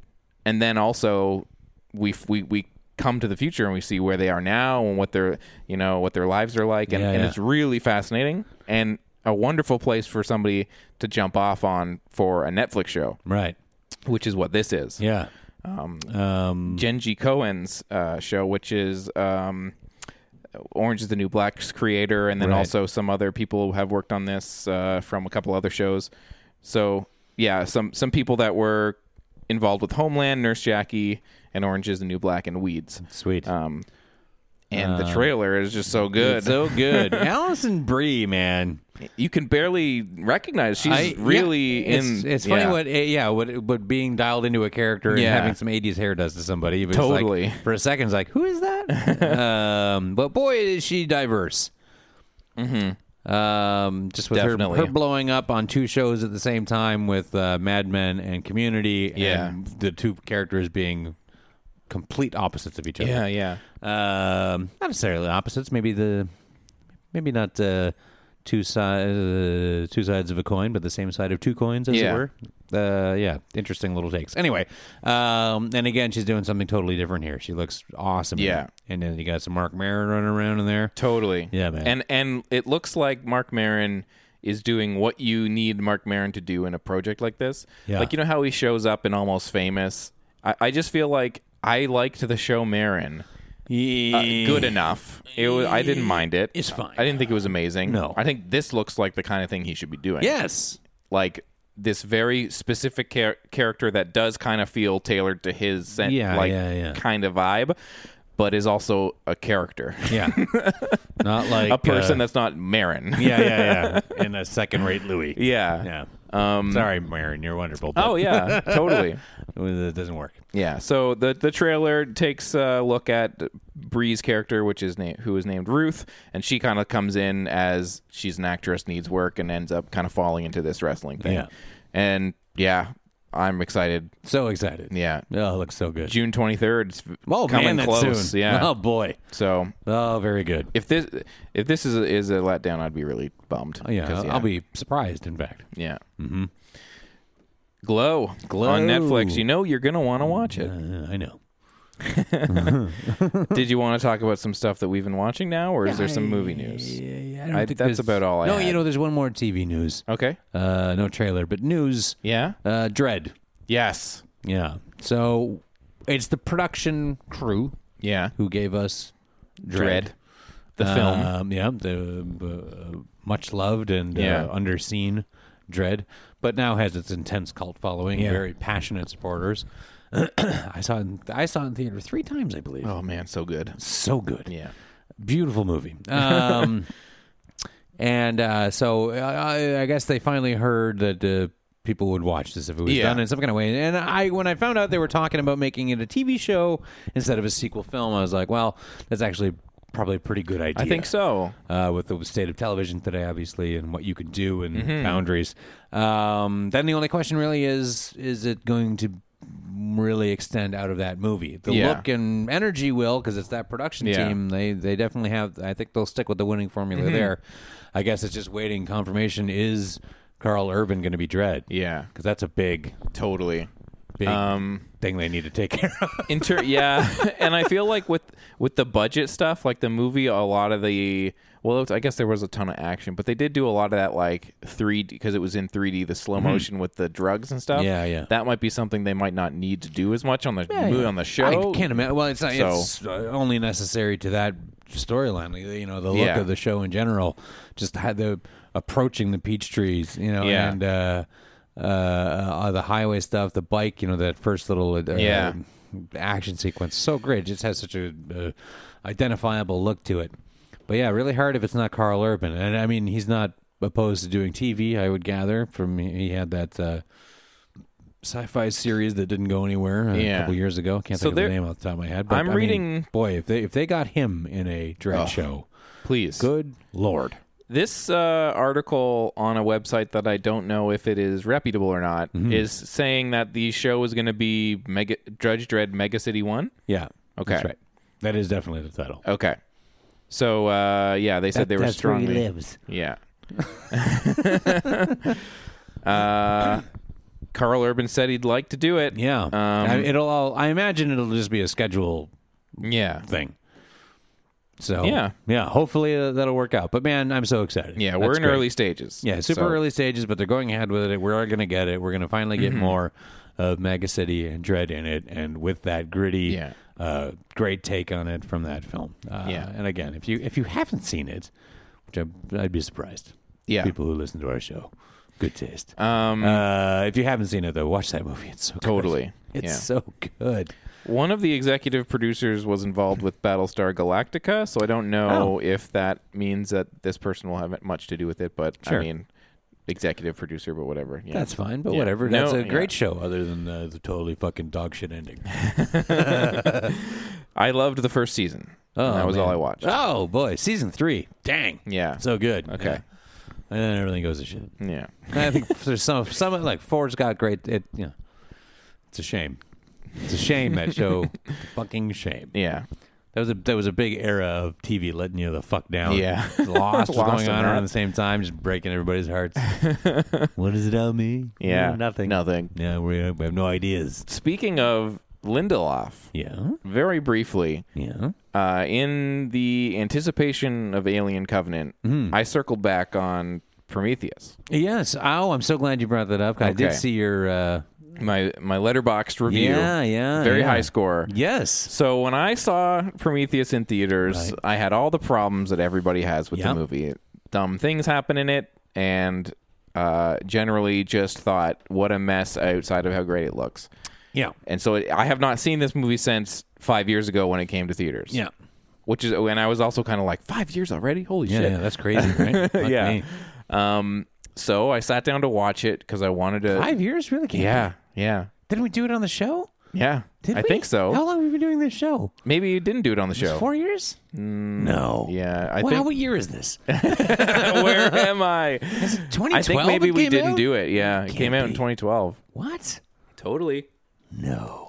S2: and then also we we we come to the future and we see where they are now and what their you know what their lives are like and,
S3: Yeah,
S2: and
S3: yeah.
S2: it's really fascinating and a wonderful place for somebody to jump off on for a Netflix show,
S3: Right.
S2: which is what this is.
S3: Yeah. um,
S2: Genji Cohen's uh, show, which is um, Orange is the New Black's creator, and then
S3: Right.
S2: also some other people who have worked on this uh, from a couple other shows. So yeah, some some people that were involved with Homeland, Nurse Jackie, and Orange is the New Black, and Weeds.
S3: sweet. Uh,
S2: Um, and the trailer is just so good.
S3: It's so good. Allison Brie, man.
S2: (laughs) you can barely recognize she's
S3: I-
S2: really
S3: yeah,
S2: in.
S3: It's, it's funny
S2: yeah.
S3: what eh, yeah what what being dialed into a character and
S2: Yeah.
S3: having some '80s hair does to somebody. But it's like,
S2: Totally.
S3: for a second, it's like who is that?
S2: (laughs)
S3: um, but boy, is she diverse. Mm-hmm. Um, just with her,
S2: Definitely.
S3: her blowing up on two shows at the same time with uh, Mad Men and Community.
S2: Yeah.
S3: and the two characters being complete opposites of each other.
S2: Yeah, yeah.
S3: Um, not necessarily opposites. Maybe the maybe not uh, two sides uh, two sides of a coin, but the same side of two coins, as
S2: Yeah.
S3: it were. Uh, yeah, interesting little takes. Anyway, um, and again, she's doing something totally different here. She looks awesome. in
S2: Yeah.
S3: it. and then you got some Mark Maron running around in there.
S2: Totally.
S3: Yeah, man.
S2: And and it looks like Mark Marin is doing what you need Mark Marin to do in a project like this.
S3: Yeah.
S2: Like you know how he shows up in Almost Famous. I, I just feel like I liked the show Marin. uh,
S3: Yeah.
S2: good enough. It was, I didn't mind it.
S3: It's fine.
S2: I didn't think it was amazing.
S3: No.
S2: I think this looks like the kind of thing he should be doing.
S3: Yes.
S2: like this very specific char- character that does kind of feel tailored to his scent,
S3: Yeah,
S2: like
S3: yeah, yeah.
S2: kind of vibe, but is also a character,
S3: Yeah.
S2: (laughs)
S3: Not like
S2: a person
S3: uh,
S2: that's not Marin.
S3: yeah, yeah, yeah. And a second rate Louis.
S2: (laughs) yeah.
S3: Yeah. Um, Sorry, Marin, you're wonderful. But
S2: Oh yeah,
S3: (laughs)
S2: totally.
S3: It doesn't work.
S2: Yeah. So the the trailer takes a look at Bree's character, which is na- who is named Ruth, and she kind of comes in as she's an actress, needs work, and ends up kind of falling into this wrestling thing.
S3: Yeah.
S2: And yeah, I'm excited.
S3: So excited.
S2: Yeah.
S3: Oh, it looks so good.
S2: June 23rd. It's
S3: oh,
S2: coming
S3: man, that's
S2: close.
S3: soon.
S2: Yeah.
S3: (laughs) Oh, boy.
S2: So
S3: Oh, very good.
S2: if this if this is a, is a letdown, I'd be really bummed.
S3: Oh, yeah,
S2: 'Cause,
S3: I'll be surprised, in fact.
S2: Yeah. Mm-hmm. Glow, glow on Netflix. You know you're gonna want to watch it.
S3: Uh, I know.
S2: Did you want to talk about some stuff that we've been watching now, or is there some movie news?
S3: Yeah,
S2: I- that's about all I
S3: No, you
S2: had.
S3: know, there's one more TV news.
S2: Okay.
S3: Uh, no trailer, but news.
S2: Yeah.
S3: Uh, Dread.
S2: Yes.
S3: Yeah. So it's the production crew
S2: Yeah.
S3: who gave us Dread.
S2: Dread, the film.
S3: Um, yeah, the uh, much loved and
S2: Yeah.
S3: uh, underseen Dread, but now has its intense cult following, very passionate supporters. (clears throat) I saw it in, I saw it in theater three times, I believe.
S2: Oh man, so good.
S3: So good.
S2: Yeah.
S3: Beautiful
S2: (laughs)
S3: movie. Um, and uh, so I, I guess they finally heard that uh, people would watch this if it was
S2: Yeah.
S3: done in some kind of way. And I, when I found out they were talking about making it a TV show instead of a sequel film, I was like, well, that's actually probably a pretty good idea
S2: I think so.
S3: uh, with the state of television today, obviously, and what you can do and
S2: Mm-hmm.
S3: boundaries. Um, then the only question really is: is it going to really extend out of that movie? The
S2: Yeah.
S3: look and energy will, because it's that production
S2: Yeah. Mm-hmm.
S3: team. They they definitely have. I think they'll stick with the winning formula there. I guess it's just waiting confirmation. Is Carl Urban going to be Dread?
S2: Yeah.
S3: because that's a big
S2: Totally.
S3: big
S2: Um.
S3: thing they need to take care of.
S2: Inter- yeah, (laughs) and I feel like with with the budget stuff, like the movie, a lot of the well, it was- I guess there was a ton of action, but they did do a lot of that like three because it was in three D, the slow motion with the drugs and stuff.
S3: Mm-hmm. Yeah, yeah.
S2: That might be something they might not need to do as much on the movie on the show.
S3: I can't imagine. Well, it's, not
S2: So-
S3: it's uh, only necessary to that storyline. like, You know, the look
S2: Yeah.
S3: of the show in general, just had the approaching the peach trees. You know,
S2: Yeah.
S3: and uh, uh, uh, the highway stuff, the bike. You know, that first little uh,
S2: Yeah.
S3: action sequence, so great. It just has such a uh, identifiable look to it. But yeah, really hard if it's not Carl Urban, and I mean he's not opposed to doing TV. I would gather from he had that. Uh, Sci-fi series that didn't go anywhere uh,
S2: Yeah.
S3: a couple years ago. Can't
S2: So
S3: think of the
S2: there-
S3: name off the top of my head. But
S2: I'm
S3: I mean,
S2: reading-
S3: boy, if they if they got him in a dread show,
S2: Please,
S3: good lord.
S2: This uh, article on a website that I don't know if it is reputable or not
S3: Mm-hmm.
S2: is saying that the show is going to be Mega Judge Dredd Mega City One.
S3: Yeah.
S2: Okay. Uh,
S3: That's right. That is definitely the title.
S2: Okay, so uh, yeah, they said they were
S3: that's where he
S2: strongly.
S3: lives.
S2: Yeah. (laughs) uh, Carl Urban said he'd like to do it.
S3: Yeah.
S2: Um,
S3: I, it'll all I imagine it'll just be a schedule
S2: yeah.
S3: thing. So
S2: Yeah.
S3: yeah. Hopefully uh, that'll work out. But man, I'm so excited.
S2: Yeah, we're
S3: That's
S2: in
S3: great.
S2: early stages.
S3: Yeah, super
S2: so-
S3: early stages, but they're going ahead with it. We're going to get it. We're going to finally
S2: Mm-hmm.
S3: get more of Mega City and Dread in it, and with that gritty,
S2: Yeah.
S3: uh, great take on it from that film. Uh,
S2: Yeah.
S3: and again, if you if you haven't seen it, which I, I'd be surprised.
S2: Yeah.
S3: people who listen to our show, good taste.
S2: Um,
S3: uh, if you haven't seen it though, watch that movie. It's so good.
S2: Totally.
S3: It's
S2: Yeah.
S3: so good.
S2: One of the executive producers was involved with Battlestar Galactica, so I don't
S3: Oh.
S2: know if that means that this person will have much to do with it, but
S3: Sure.
S2: I mean, executive producer, but whatever. Yeah.
S3: That's fine, but
S2: Yeah.
S3: whatever.
S2: No,
S3: That's a great
S2: yeah.
S3: show, other than uh, the totally fucking dog shit ending.
S2: I loved the first season. (laughs)
S3: Oh,
S2: that was
S3: man.
S2: all I watched.
S3: Oh boy, season three. Dang.
S2: Yeah.
S3: So good.
S2: Okay.
S3: Yeah. And then everything goes to shit.
S2: Yeah.
S3: And (laughs) I think there's some some like Ford's got great. It you know, it's a shame. It's a shame that (laughs) show. fucking shame.
S2: Yeah.
S3: That was a that was a big era of TV letting you the fuck down.
S2: Yeah.
S3: (laughs) Lost was
S2: Lost
S3: going on
S2: and
S3: around
S2: that.
S3: the same time, just breaking everybody's (laughs) hearts. what does it all mean?
S2: Yeah.
S3: No, nothing.
S2: Nothing.
S3: Yeah, we, we have no ideas.
S2: Speaking of Lindelof,
S3: Yeah.
S2: very briefly,
S3: Yeah.
S2: uh, in the anticipation of Alien Covenant,
S3: Hmm.
S2: I circled back on Prometheus.
S3: Yes. Oh, I'm so glad you brought that up. I
S2: Okay.
S3: did see your uh,
S2: my my letterboxed review.
S3: Yeah, yeah,
S2: Very
S3: yeah.
S2: high score.
S3: Yes.
S2: So when I saw Prometheus in theaters, I had all the problems that everybody has with the
S3: Yep.
S2: movie. Dumb things happen in it, and uh, generally just thought, what a mess outside of how great it looks.
S3: Yeah.
S2: And so it, I have not seen this movie since five years ago when it came to theaters.
S3: Yeah.
S2: Which is, and I was also kind of like, five years already? Holy
S3: Yeah,
S2: shit.
S3: yeah, that's crazy, right? (laughs) Fuck
S2: Yeah.
S3: me.
S2: Um, so I sat down to watch it because I wanted to.
S3: Five years? Really? Can't
S2: Yeah, yeah,
S3: Didn't we do it on the show?
S2: yeah.
S3: Did
S2: I
S3: we?
S2: think so.
S3: How long have we been doing this show?
S2: Maybe you didn't do it on the show.
S3: Four years? no.
S2: Yeah, I
S3: Wow,
S2: think. (laughs)
S3: what year is (laughs) this?
S2: Where am
S3: (laughs)
S2: I?
S3: Is it 2012?
S2: I think maybe
S3: it
S2: we
S3: came
S2: didn't
S3: out?
S2: do it. Yeah, it
S3: Can't
S2: came out in
S3: be.
S2: 2012.
S3: What?
S2: Totally.
S3: No.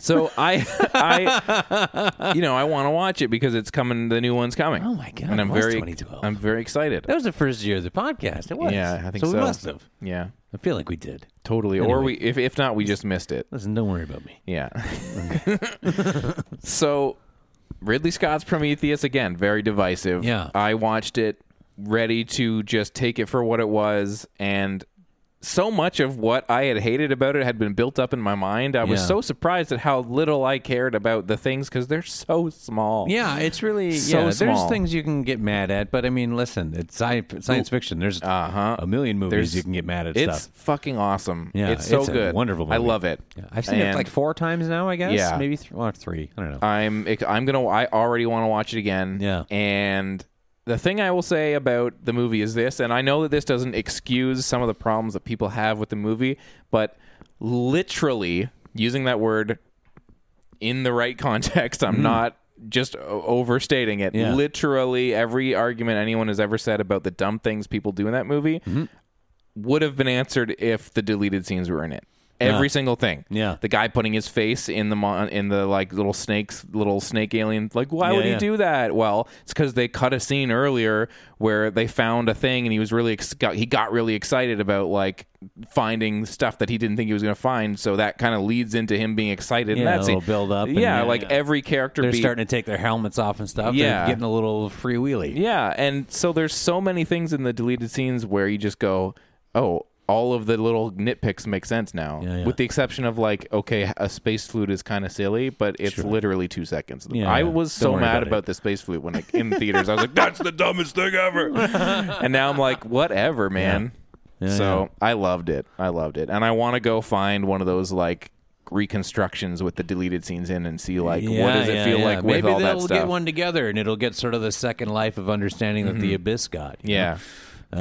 S2: So
S3: (laughs)
S2: I, I, you know, I want to watch it because it's coming. The new one's coming.
S3: Oh my God,
S2: And I'm
S3: it was
S2: very,
S3: 2012.
S2: I'm very excited.
S3: That was the first year of the podcast. It was.
S2: Yeah, I think
S3: so.
S2: so.
S3: we must have.
S2: Yeah,
S3: I feel like we did.
S2: totally. Or we, if if not, we just missed it.
S3: Listen, don't worry about me.
S2: Yeah. (laughs) so Ridley Scott's Prometheus again, very divisive.
S3: Yeah.
S2: I watched it ready to just take it for what it was and so much of what I had hated about it had been built up in my mind. I was
S3: Yeah.
S2: so surprised at how little I cared about the things cuz they're so small.
S3: Yeah, it's really
S2: So
S3: yeah.
S2: small.
S3: There's things you can get mad at, but I mean, listen, it's sci- science fiction. There's
S2: Uh-huh.
S3: a million movies
S2: There's-
S3: you can get mad at
S2: It's
S3: stuff.
S2: fucking awesome.
S3: Yeah,
S2: it's so
S3: it's a
S2: good.
S3: wonderful
S2: I
S3: movie.
S2: love it.
S3: Yeah, I've seen it
S2: And
S3: like four times now. I guess.
S2: Yeah.
S3: Maybe th- well, three. I don't know.
S2: I'm I'm gonna I already want to watch it again.
S3: Yeah.
S2: And the thing I will say about the movie is this, and I know that this doesn't excuse some of the problems that people have with the movie, but literally using that word in the right (laughs) context, I'm not just o- overstating it.
S3: Mm-hmm. Yeah.
S2: Literally every argument anyone has ever said about the dumb things people do in that movie would have been answered if the deleted scenes were in it. Every single thing.
S3: Yeah.
S2: The guy putting his face in the mon- in the like little snakes, little snake alien. Like, why
S3: Yeah,
S2: would he
S3: yeah.
S2: do that? Well, it's because they cut a scene earlier where they found a thing, and he was really ex- got, he got really excited about like finding stuff that he didn't think he was going to find. So that kind of leads into him being excited.
S3: Yeah,
S2: in that
S3: a
S2: scene.
S3: little build-up and
S2: Yeah,
S3: yeah,
S2: like
S3: yeah.
S2: every character
S3: They're
S2: beat-
S3: starting to take their helmets off and stuff.
S2: Yeah.
S3: They're getting a little freewheeling.
S2: Yeah, and so there's so many things in the deleted scenes where you just go, oh, all of the little nitpicks make sense now,
S3: Yeah, yeah.
S2: with the exception of like, okay, a space flute is kind of silly, but it's literally two seconds.
S3: Yeah,
S2: I
S3: yeah.
S2: was
S3: Don't
S2: so
S3: worry
S2: mad about,
S3: about it.
S2: the space flute when like in theaters, I was like, that's the dumbest thing
S3: (laughs)
S2: ever, and now I'm like, whatever, man.
S3: Yeah,
S2: so I loved it. I loved it, and I want to go find one of those like reconstructions with the deleted scenes in and see like what does it
S3: yeah,
S2: feel
S3: yeah.
S2: like with
S3: Maybe
S2: all
S3: they'll
S2: that stuff.
S3: get one together, and it'll get sort of the second life of understanding that the abyss got. you
S2: yeah.
S3: know?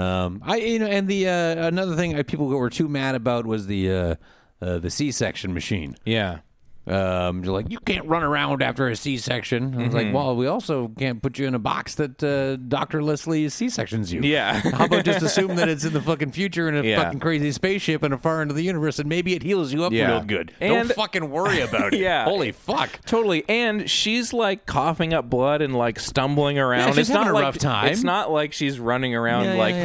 S3: Um, I you know, and the uh, another thing I, people were too mad about was the uh, uh, the C section machine.
S2: Yeah.
S3: Um, they're like, you can't run around after a C section. I was
S2: Mm-hmm.
S3: like, well, we also can't put you in a box that uh, Doctor Leslie C sections you.
S2: Yeah.
S3: (laughs) How about just assume that it's in the fucking future in a
S2: Yeah.
S3: fucking crazy spaceship and a far into the universe, and maybe it heals you up
S2: Yeah.
S3: real good.
S2: And-
S3: Don't fucking
S2: (laughs)
S3: worry about it.
S2: Yeah.
S3: Holy fuck.
S2: Totally, and she's like coughing up blood and like stumbling around. it's
S3: she's
S2: not
S3: having a
S2: like
S3: rough time.
S2: it's not like she's running around
S3: Yeah,
S2: like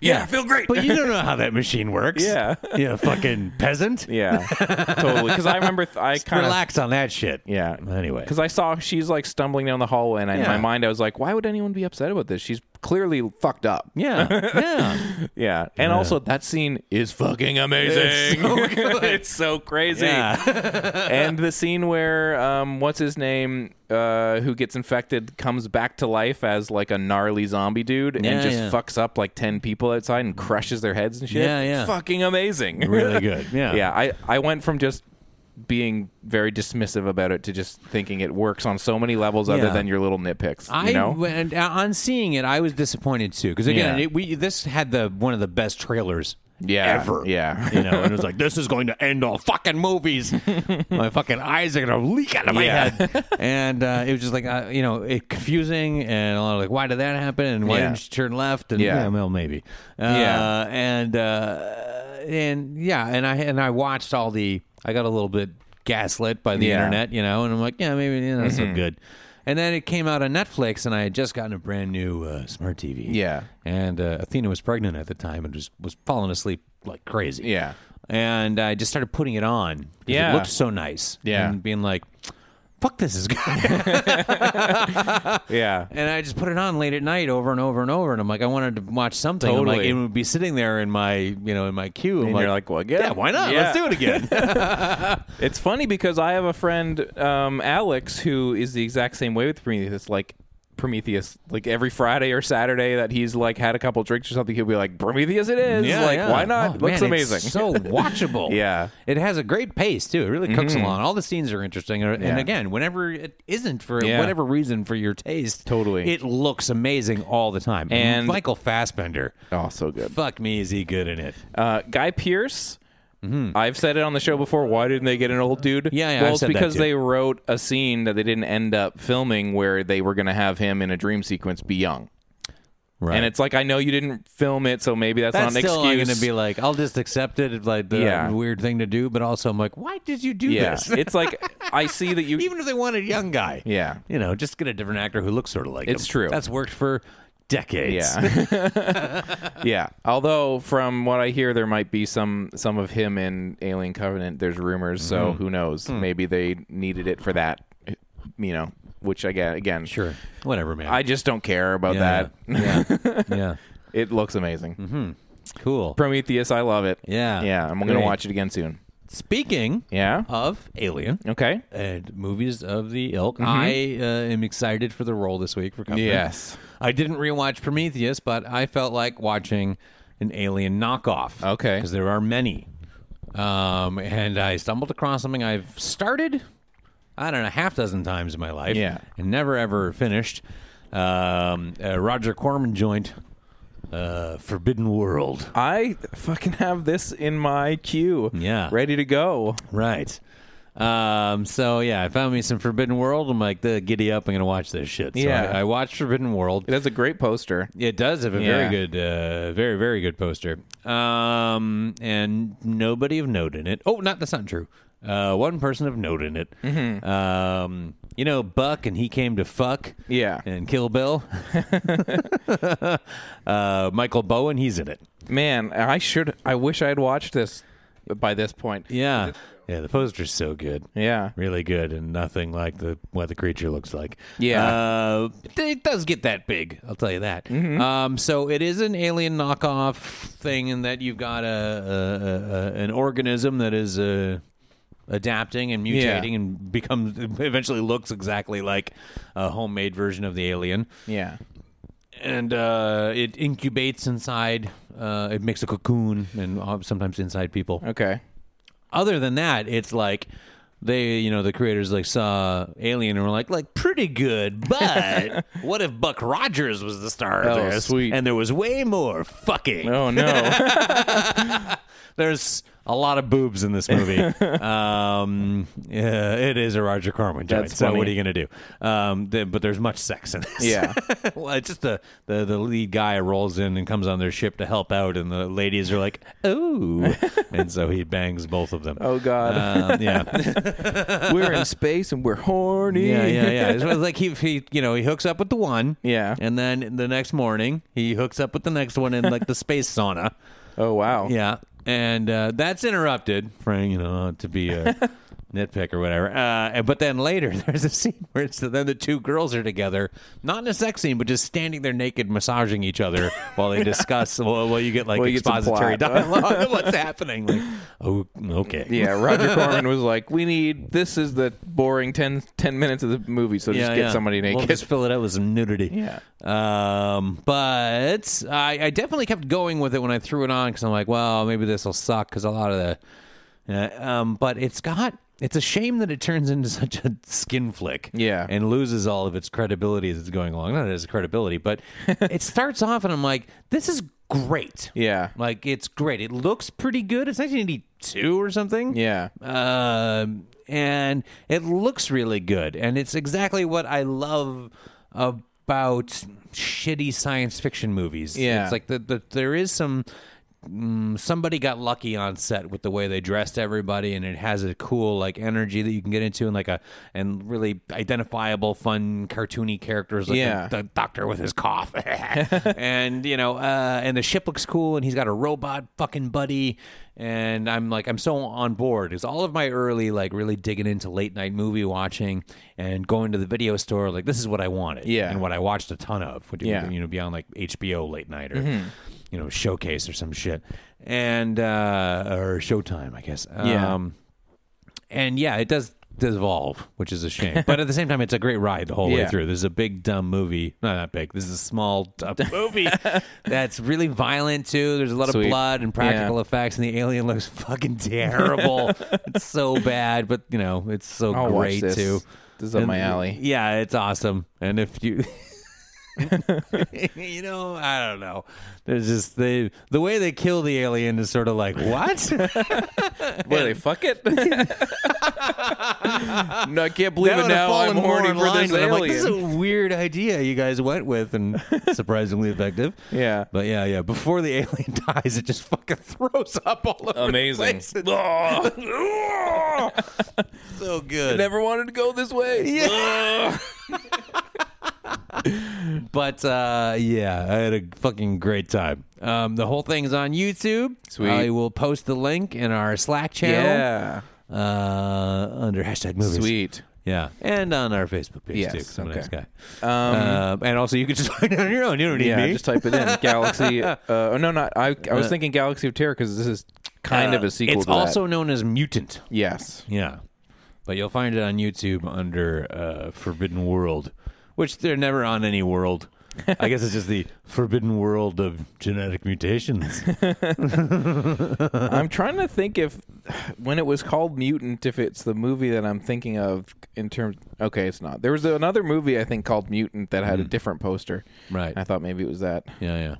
S3: yeah,
S2: (laughs) I feel great.
S3: But you don't know how that machine works.
S2: Yeah.
S3: Yeah, fucking peasant.
S2: (laughs) yeah, totally. Because I remember th- I kind of
S3: Relax on that shit.
S2: yeah. (laughs)
S3: Anyway.
S2: because I saw she's like stumbling down the hallway, and I, in
S3: Yeah.
S2: my mind I was like, why would anyone be upset about this? She's clearly fucked up.
S3: Yeah.
S2: (laughs)
S3: Yeah.
S2: Yeah, and also that scene is fucking amazing. (laughs) It's so, crazy.
S3: yeah. (laughs)
S2: and the scene where um, what's his name uh, who gets infected comes back to life as like a gnarly zombie dude and
S3: Yeah,
S2: just
S3: yeah.
S2: fucks up like 10 people outside and crushes their heads and shit
S3: Yeah, yeah.
S2: fucking amazing (laughs)
S3: Really good. Yeah.
S2: yeah I, I went from just being very dismissive about it to just thinking it works on so many levels other
S3: Yeah.
S2: than your little nitpicks
S3: I
S2: you know
S3: and uh, on seeing it, I was disappointed too because again,
S2: Yeah.
S3: it, we this had the one of the best trailers
S2: yeah
S3: ever.
S2: yeah (laughs)
S3: you know, and it was like this is going to end all fucking (laughs) movies. my fucking eyes are gonna leak out of my
S2: Yeah.
S3: head, (laughs) and uh, it was just like uh, you know, it confusing and a lot of like, why did that happen? And why
S2: Yeah.
S3: didn't she turn left? And
S2: Yeah.
S3: well, maybe, uh,
S2: Yeah.
S3: and uh, and yeah, and I and I watched all the, I got a little bit gaslit by the
S2: Yeah.
S3: internet, you know, and I'm like, yeah, maybe you know, that's not good. And then it came out on Netflix, and I had just gotten a brand new uh, smart TV.
S2: Yeah.
S3: and uh, Athena was pregnant at the time and just was falling asleep like crazy.
S2: Yeah.
S3: And I just started putting it on. 'cause
S2: Yeah.
S3: It looked so nice.
S2: Yeah.
S3: And being like, fuck this is good. (laughs)
S2: Yeah.
S3: and I just put it on late at night over and over and over. And I'm like, I wanted to watch something. I'm like,
S2: Totally.
S3: it would be sitting there in my, you know, in my queue. I'm
S2: And you're like, well, again,
S3: yeah, why not? Let's do
S2: (laughs)
S3: it again. (laughs)
S2: It's funny because I have a friend, um, Alex, who is the exact same way with Prometheus. Like Prometheus, like every Friday or Saturday that he's like had a couple drinks or something, he'll be like, "Prometheus, it is." like, why not?
S3: Oh,
S2: Looks
S3: man, it's
S2: amazing. (laughs)
S3: so watchable.
S2: Yeah. Mm-hmm.
S3: It has a great pace too. It really cooks along. All the scenes are interesting. And
S2: Yeah.
S3: again, whenever it isn't for
S2: Yeah.
S3: whatever reason for your taste,
S2: Totally.
S3: it looks amazing all the time.
S2: And-
S3: Michael Fassbender,
S2: oh, so good.
S3: fuck me, is he good in it?
S2: Uh, Guy Pierce. I've said it on the show before. Why didn't they get an old dude?
S3: Mm-hmm. Yeah, yeah,
S2: well,
S3: I've
S2: it's
S3: said that
S2: because
S3: too.
S2: they wrote a scene that they didn't end up filming where they were going to have him in a dream sequence be young.
S3: Right.
S2: And it's like I know you didn't film it, so maybe that's,
S3: That's
S2: not an
S3: still
S2: excuse.
S3: going to be like, I'll just accept it, like the
S2: Yeah.
S3: weird thing to do. But also, I'm like, why did you do
S2: yeah,
S3: this?
S2: it's like I see that you
S3: (laughs) Even if they wanted a young guy,
S2: Yeah.
S3: you know, just get a different actor who looks sort of like
S2: It's
S3: him.
S2: true.
S3: That's worked for decades.
S2: Yeah. (laughs) yeah. Although from what I hear there might be some some of him in Alien Covenant. There's rumors, so
S3: Mm-hmm.
S2: who knows?
S3: Mm.
S2: Maybe they needed it for that, you know, which again again.
S3: sure, whatever, man.
S2: I just don't care about
S3: Yeah,
S2: that.
S3: Yeah. yeah.
S2: (laughs) It looks amazing.
S3: Cool.
S2: Prometheus, I love it.
S3: Yeah.
S2: Yeah, I'm going to
S3: Great. Uh,
S2: watch it again soon.
S3: Speaking
S2: Yeah.
S3: of Alien
S2: Okay.
S3: and movies of the ilk,
S2: Mm-hmm.
S3: I uh, am excited for the role this week for Covenant.
S2: Yes.
S3: I didn't rewatch Prometheus, but I felt like watching an Alien knockoff.
S2: Okay.
S3: Because there are many. Um, and I stumbled across something I've started, I don't know, half dozen times in my life.
S2: Yeah.
S3: And never ever finished. Um, uh, Roger Corman joint, uh, Forbidden World.
S2: I fucking have this in my queue.
S3: Yeah.
S2: Ready to go.
S3: Right. Um, so yeah, I found me some Forbidden World. I'm like, the giddy up, I'm gonna watch this shit. So
S2: Yeah.
S3: I, I watched Forbidden World.
S2: That's a great poster.
S3: It does have a
S2: Yeah.
S3: very good, uh, very very good poster. Um, and nobody of note in it. Oh, not that's not true. Uh, one person of note in it. Um, you know Buck, and he came to fuck.
S2: Yeah.
S3: And Kill (laughs) Bill. uh, Michael Bowen, he's in it.
S2: Man, I should I wish I had watched this by this point.
S3: Yeah. Yeah, the poster's so good.
S2: Yeah.
S3: really good and nothing like the what the creature looks like.
S2: Yeah.
S3: uh, it- it does get that big. I'll tell you that. Um, so it is an alien knockoff thing in that you've got a, a, a, a an organism that is uh, adapting and mutating and becomes (laughs) eventually looks exactly like a homemade version of the alien
S2: Yeah.
S3: and uh, it incubates inside uh, it makes a cocoon and uh, sometimes inside people
S2: Okay.
S3: other than that, it's like they, you know, the creators like saw Alien and were like, like pretty
S2: (laughs)
S3: good, but what if Buck Rogers was the star
S2: Oh,
S3: of this?
S2: sweet.
S3: And there was way more fucking.
S2: Oh
S3: (laughs)
S2: no.
S3: There's a lot of boobs in
S2: (laughs)
S3: this movie. um, yeah, it is a Roger Corman joint.
S2: That's
S3: so
S2: funny.
S3: what are you gonna do? Um, the, but there's much sex in this.
S2: Yeah.
S3: (laughs) well, it's just the, the the lead guy rolls in and comes on their ship to help out, and the ladies are like,
S2: (laughs)
S3: "Oh," and so he bangs both of them.
S2: oh god. (laughs)
S3: Um, yeah.
S2: we're in space and we're horny.
S3: Uh,
S2: (laughs)
S3: Yeah, yeah, yeah. It's like he, he, you know, he hooks up with the one.
S2: Yeah.
S3: And then the next morning, he hooks up with the next one in like the
S2: (laughs)
S3: space sauna.
S2: Oh wow.
S3: Yeah. And uh, that's interrupted, Frank, you know, to
S2: (laughs)
S3: be a nitpick or whatever. Uh, and- but then later, (laughs) there's a scene where it's then the two girls are together, not in a sex scene, but just standing there naked, massaging
S2: (laughs)
S3: each other while they discuss, while, while you get like
S2: Well, you get some
S3: expository
S2: plot.
S3: dialogue
S2: (laughs)
S3: of what's happening. Like, oh, okay. (laughs)
S2: Yeah, Roger Corman was like, "We need this is the boring 10, 10 minutes of the movie, so just get somebody naked."
S3: We'll just fill it out with some nudity.
S2: Yeah.
S3: Um, but I, I definitely kept going with it when I threw it on because I'm like, well, maybe this will suck because a lot of the. Uh, um, but it's got. It's a shame that it turns into (laughs) such a skin flick.
S2: Yeah.
S3: And loses all of its credibility as it's going along. Not as credibility,
S2: (laughs)
S3: but it starts off and I'm like, this is great.
S2: yeah.
S3: Like it's great. It looks pretty good. It's 1982 or
S2: (laughs)
S3: something.
S2: Yeah.
S3: Um, and it looks really good, and it's exactly what I love about shitty science fiction movies.
S2: Yeah.
S3: It's like the, the there is some mm, somebody got lucky on set with the way they dressed everybody, and it has a cool like energy that you can get into, and like a and really identifiable, fun, cartoony characters. Like
S2: Yeah.
S3: the, the doctor with his cough, (laughs) and you know, uh, and the ship looks cool, and he's got a robot fucking buddy, and I'm like, I'm so on board. Because all of my early like really digging into late night movie watching and going to the video store, like this is what I wanted,
S2: Yeah.
S3: and what I watched a ton of, which
S2: Yeah. Mm-hmm.
S3: you know, be on like HBO late night or you know, Showcase or some shit, and uh, or Showtime, I guess.
S2: Yeah.
S3: Um, and yeah, it does does evolve, which is
S2: (laughs)
S3: a shame. but at the same time, it's a great ride the whole way
S2: Yeah.
S3: through. This is a big dumb movie. No, not big. This is a small
S2: (laughs)
S3: dumb movie that's really violent too. There's a lot
S2: Sweet.
S3: of blood and practical
S2: Yeah.
S3: effects, and the alien looks
S2: (laughs)
S3: fucking terrible. it's so bad, but you know, it's so
S2: I'll watch
S3: great
S2: this.
S3: too.
S2: This is up
S3: And-
S2: my alley.
S3: (laughs) Yeah, it's awesome. And
S2: (laughs)
S3: if you (laughs) you know, I don't know. There's just the the way they kill the alien is sort of like
S2: (laughs)
S3: what?
S2: Where they fuck
S3: (laughs)
S2: it? no, I can't believe
S3: That
S2: it
S3: would've
S2: now. I'm
S3: fallen more
S2: horny
S3: in
S2: for
S3: line
S2: this
S3: with- I'm
S2: alien.
S3: like, this is a weird idea you guys went with,
S2: (laughs)
S3: and surprisingly effective.
S2: Yeah.
S3: but yeah, yeah. Before the (laughs) alien dies, it just fucking (laughs) throws up all over.
S2: Amazing.
S3: The place.
S2: (laughs) Ugh.
S3: It's (laughs) so (laughs) good.
S2: Never wanted to go this (laughs) way. Ugh.
S3: But uh, yeah, I had a fucking great time. Um, the whole thing's on YouTube.
S2: Sweet.
S3: I will post the link in our Slack channel
S2: Yeah.
S3: uh, under hashtag movies.
S2: Sweet.
S3: Yeah, and on our Facebook page
S2: Yes,
S3: too. 'cause I'm a
S2: okay.
S3: nice guy. Um, and also, you can just (laughs) find it on your own. You don't need
S2: Yeah,
S3: me.
S2: just type it
S3: (laughs)
S2: in. Galaxy. Uh, oh, no, not. I, I was thinking Galaxy of Terror because this is kind of
S3: Uh,
S2: a sequel
S3: It's
S2: to that.
S3: also known as Mutant.
S2: Yes.
S3: Yeah, but you'll find it on YouTube under uh, Forbidden World, which they're never on any world. I guess it's
S2: (laughs)
S3: just the Forbidden World of genetic mutations. Uh-huh.
S2: I'm trying to think if when it was called Mutant, if it's the movie that I'm thinking of in terms. Okay, it's not. There was another movie I think called Mutant that had a different poster.
S3: Mm. Right.
S2: I thought maybe it was that.
S3: yeah, yeah.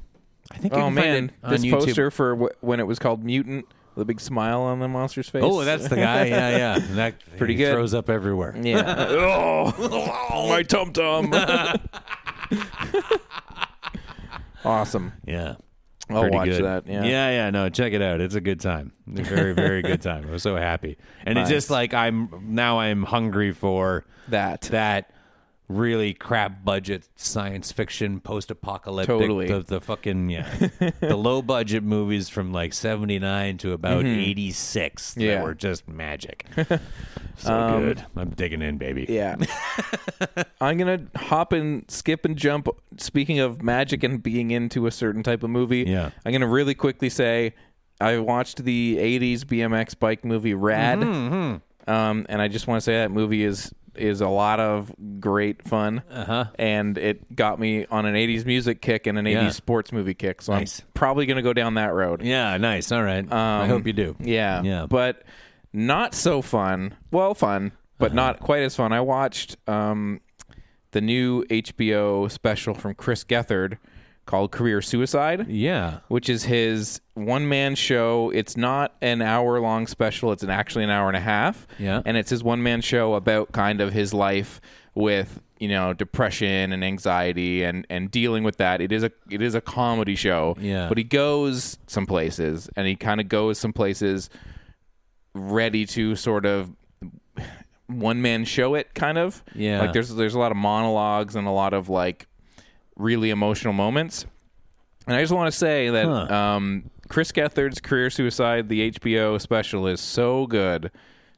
S3: I think. you
S2: Oh
S3: can
S2: man,
S3: find it on
S2: this
S3: YouTube.
S2: poster for wh- when it was called Mutant, with a big smile on the monster's face.
S3: Oh, that's the guy. Yeah, yeah. And that
S2: Pretty
S3: he
S2: good.
S3: Throws up everywhere.
S2: (laughs)
S3: (laughs)
S2: yeah. oh, my tum tum. awesome.
S3: Yeah.
S2: I'll
S3: Pretty
S2: watch
S3: good.
S2: that. Yeah.
S3: yeah, No, check it out. It's a good time. A very,
S2: (laughs)
S3: very good time. I was so happy, and it's just like I'm now. I'm hungry for
S2: That.
S3: that really crap budget science fiction post apocalyptic.
S2: Totally.
S3: The, the
S2: (laughs)
S3: fucking yeah, the low budget movies from like '79 to about '86
S2: Mm-hmm. Yeah. Um,
S3: that were
S2: (laughs)
S3: just magic. so good. I'm digging in, baby. (laughs)
S2: Yeah. I'm going to hop and skip and jump. Speaking of magic and being into a certain type of movie,
S3: Yeah.
S2: I'm going to really quickly say I watched the 80s BMX bike movie Rad. Um, and I just want to say that movie is is a lot of great fun. Uh-huh. And it got me on an 80s music kick and an 80s
S3: Yeah.
S2: sports movie kick. So
S3: Nice.
S2: I'm probably going to go down that road.
S3: Yeah, nice. All right. I hope you do.
S2: Um, Yeah.
S3: Yeah.
S2: But not so fun. Well, fun, but not quite as fun. I watched um, the new HBO special from Chris Gethard called Career Suicide.
S3: Yeah.
S2: Which is his one man show. It's not an hour long special. It's an actually an hour and a half.
S3: Yeah.
S2: And it's his one man show about kind of his life with, you know, depression and anxiety and, and dealing with that. It is a it is a comedy show.
S3: Yeah.
S2: But he goes some places and he kind of goes some places ready to sort of one man show it kind of.
S3: Yeah.
S2: Like there's there's a lot of monologues and a lot of like really emotional moments. And I just want to say that
S3: Huh.
S2: um, Chris Gethard's Career Suicide, the HBO special, is so good.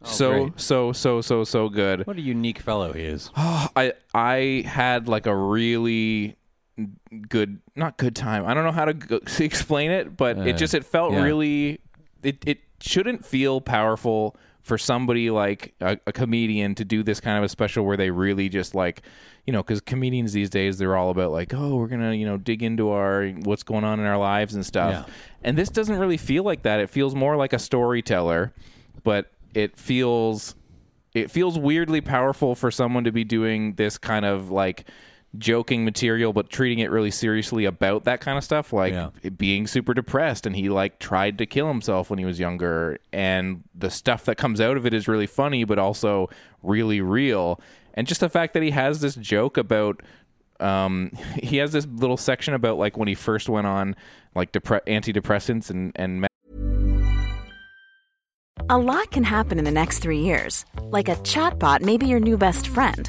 S2: so,
S3: Oh, great.
S2: so, so, so, so good.
S3: What a unique fellow he is.
S2: (sighs) I I had like a really good not good time. I don't know how to go, (laughs) explain it, but it just it felt
S3: yeah.
S2: really it it shouldn't feel powerful for somebody like a, a comedian to do this kind of a special where they really just like you know because comedians these days they're all about like oh we're gonna you know dig into our what's going on in our lives and stuff
S3: Yeah.
S2: and this doesn't really feel like that it feels more like a storyteller but it feels it feels weirdly powerful for someone to be doing this kind of like joking material but treating it really seriously about that kind of stuff like
S3: Yeah.
S2: it being super depressed and he like tried to kill himself when he was younger and the stuff that comes out of it is really funny but also really real and just the fact that he has this joke about um, (laughs) he has this little section about like when he first went on like depre- antidepressants and and med-
S4: A lot can happen in the next three years. Like a chatbot may be your new best friend.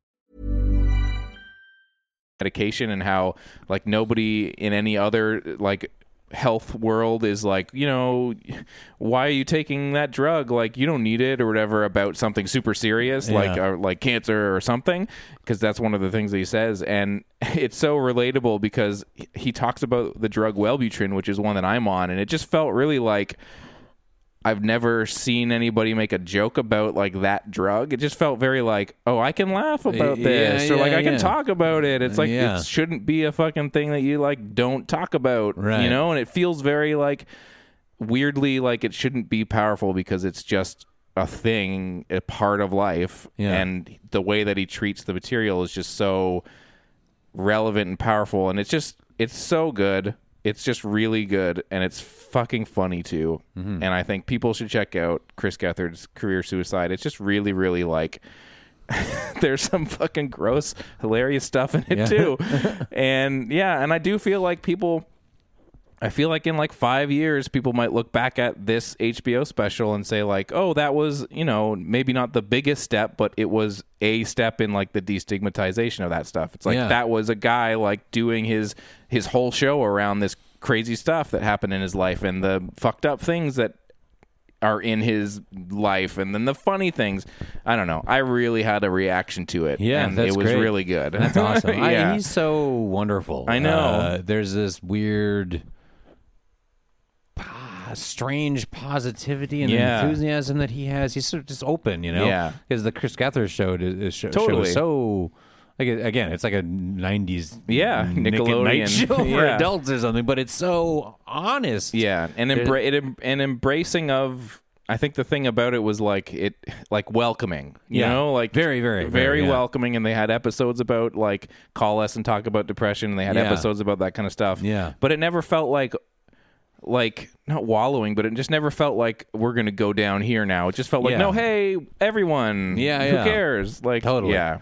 S2: medication and how like nobody in any other like health world is like you know why are you taking that drug like you don't need it or whatever about something super serious like or, like cancer or something because that's one of the things that he says and (laughs) it's so relatable because he- he talks about the drug Wellbutrin which is one that I'm on and it just felt really like I've never seen anybody make a joke about like that drug. It just felt very like, oh, I can laugh about
S3: Yeah,
S2: this, or like
S3: yeah,
S2: I can
S3: yeah.
S2: talk about it. It's like
S3: Yeah.
S2: it shouldn't be a fucking thing that you like don't talk about,
S3: Right.
S2: you know. And it feels very like weirdly like it shouldn't be powerful because it's just a thing, a part of life,
S3: Yeah.
S2: and the way that he treats the material is just so relevant and powerful and it's just it's so good it's just really good and it's fucking funny too and i think people should check out chris gethard's career suicide it's just really really like (laughs) there's some fucking gross hilarious stuff in it too and yeah and i do feel like people I feel like in like five years, people might look back at this HBO special and say, like, oh, that was, you know, maybe not the biggest step, but it was a step in like the destigmatization of that stuff. It's like
S3: Yeah.
S2: that was a guy like doing his his whole show around this crazy stuff that happened in his life and the fucked up things that are in his life and then the funny things. I don't know. I really had a reaction to it.
S3: Yeah,
S2: and
S3: that's
S2: it was
S3: great.
S2: really good. (laughs)
S3: That's awesome.
S2: yeah.
S3: I, he's so wonderful.
S2: I know.
S3: Uh, there's this weird, ah, strange positivity and
S2: Yeah.
S3: enthusiasm that he has. He's sort of just open, you know.
S2: Yeah.
S3: Because the Chris Gathers show, is- is show, show
S2: Totally.
S3: is so. Like, again, it's like a '90s
S2: Yeah,
S3: Nick at Night
S2: Nickelodeon.
S3: (laughs) show for
S2: Yeah.
S3: adults or something, but it's so honest.
S2: Yeah, and embra- it, em- and embracing of I think the thing about it was like it like welcoming, you
S3: Yeah.
S2: know, like
S3: Very, very,
S2: very,
S3: very, yeah.
S2: welcoming and they had episodes about like call us and talk about depression and they had
S3: Yeah.
S2: episodes about that kind of stuff.
S3: Yeah.
S2: But it never felt like like not wallowing, but it just never felt like we're going to go down here now. It just felt like
S3: Yeah.
S2: no, hey, everyone,
S3: Yeah,
S2: who
S3: yeah.
S2: cares? Like
S3: Totally.
S2: yeah.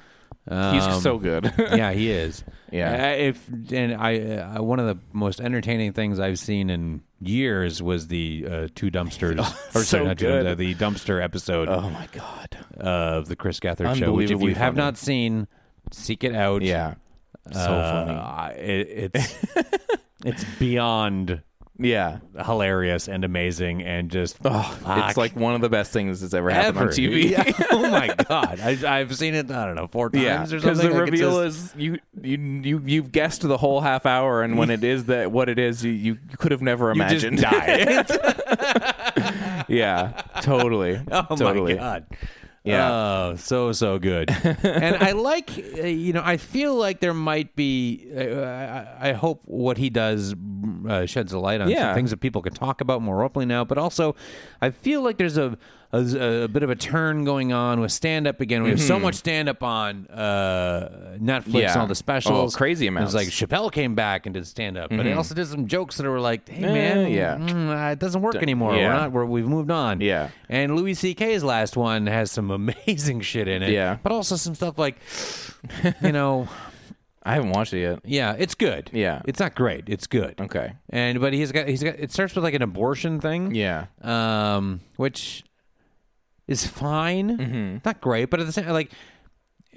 S2: He's
S3: Um,
S2: so
S3: (laughs)
S2: good. (laughs)
S3: yeah, he is.
S2: Yeah.
S3: I, if and I, uh, one of the most entertaining things I've seen in years was the uh, two
S2: (laughs)
S3: dumpsters, or
S2: so
S3: sorry, not two dumpsters,
S2: good.
S3: uh, the dumpster episode
S2: oh my god.
S3: of the Chris Gethard show. Which, if you
S2: Unbelievably
S3: have
S2: funny.
S3: not seen, seek it out.
S2: Yeah. So funny.
S3: Uh, it, it's
S2: (laughs)
S3: it's beyond
S2: Yeah.
S3: hilarious and amazing, and just fuck.
S2: Oh, It's like one of the best things that's ever happened
S3: Ever.
S2: on TV.
S3: (laughs) Yeah. Oh my god! I, I've seen it. I don't know four
S2: (laughs)
S3: times
S2: Yeah,
S3: or something.
S2: because the
S3: Like, it's
S2: reveal is
S3: just-
S2: you you you you've guessed the whole half hour, and when it is that what it is, you you, you could have never
S3: you just
S2: imagined.
S3: die.
S2: (laughs) yeah, (laughs) totally.
S3: (laughs) Oh
S2: totally.
S3: my god.
S2: Yeah.
S3: Oh, so
S2: (laughs)
S3: so good. and I like uh, you know I feel like there might be uh, I, I hope what he does uh, sheds a light on
S2: Yeah.
S3: some things that people can talk about more openly now, but also I feel like there's a a, a bit of a turn going on with stand up again. We have so much stand up on uh, Netflix
S2: Mm-hmm. Yeah.
S3: and all the specials.
S2: Oh, crazy amounts. Mm-hmm.
S3: It's like Chappelle came back and did stand up, but it also did some jokes that were like, "Hey man,
S2: Eh, yeah.
S3: mm, uh, it doesn't work anymore. We're
S2: yeah.
S3: not where we've moved on.
S2: Yeah.
S3: And Louis C.K.'s last one has some amazing shit in it.
S2: Yeah.
S3: But also some stuff like, you know, (laughs)
S2: I haven't watched it yet.
S3: yeah, it's good.
S2: Yeah.
S3: It's not great. It's good.
S2: Okay.
S3: And but he's got he's got it starts with like an abortion thing.
S2: Yeah.
S3: Um, which is fine.
S2: Mm-hmm.
S3: Not great, but at the same like.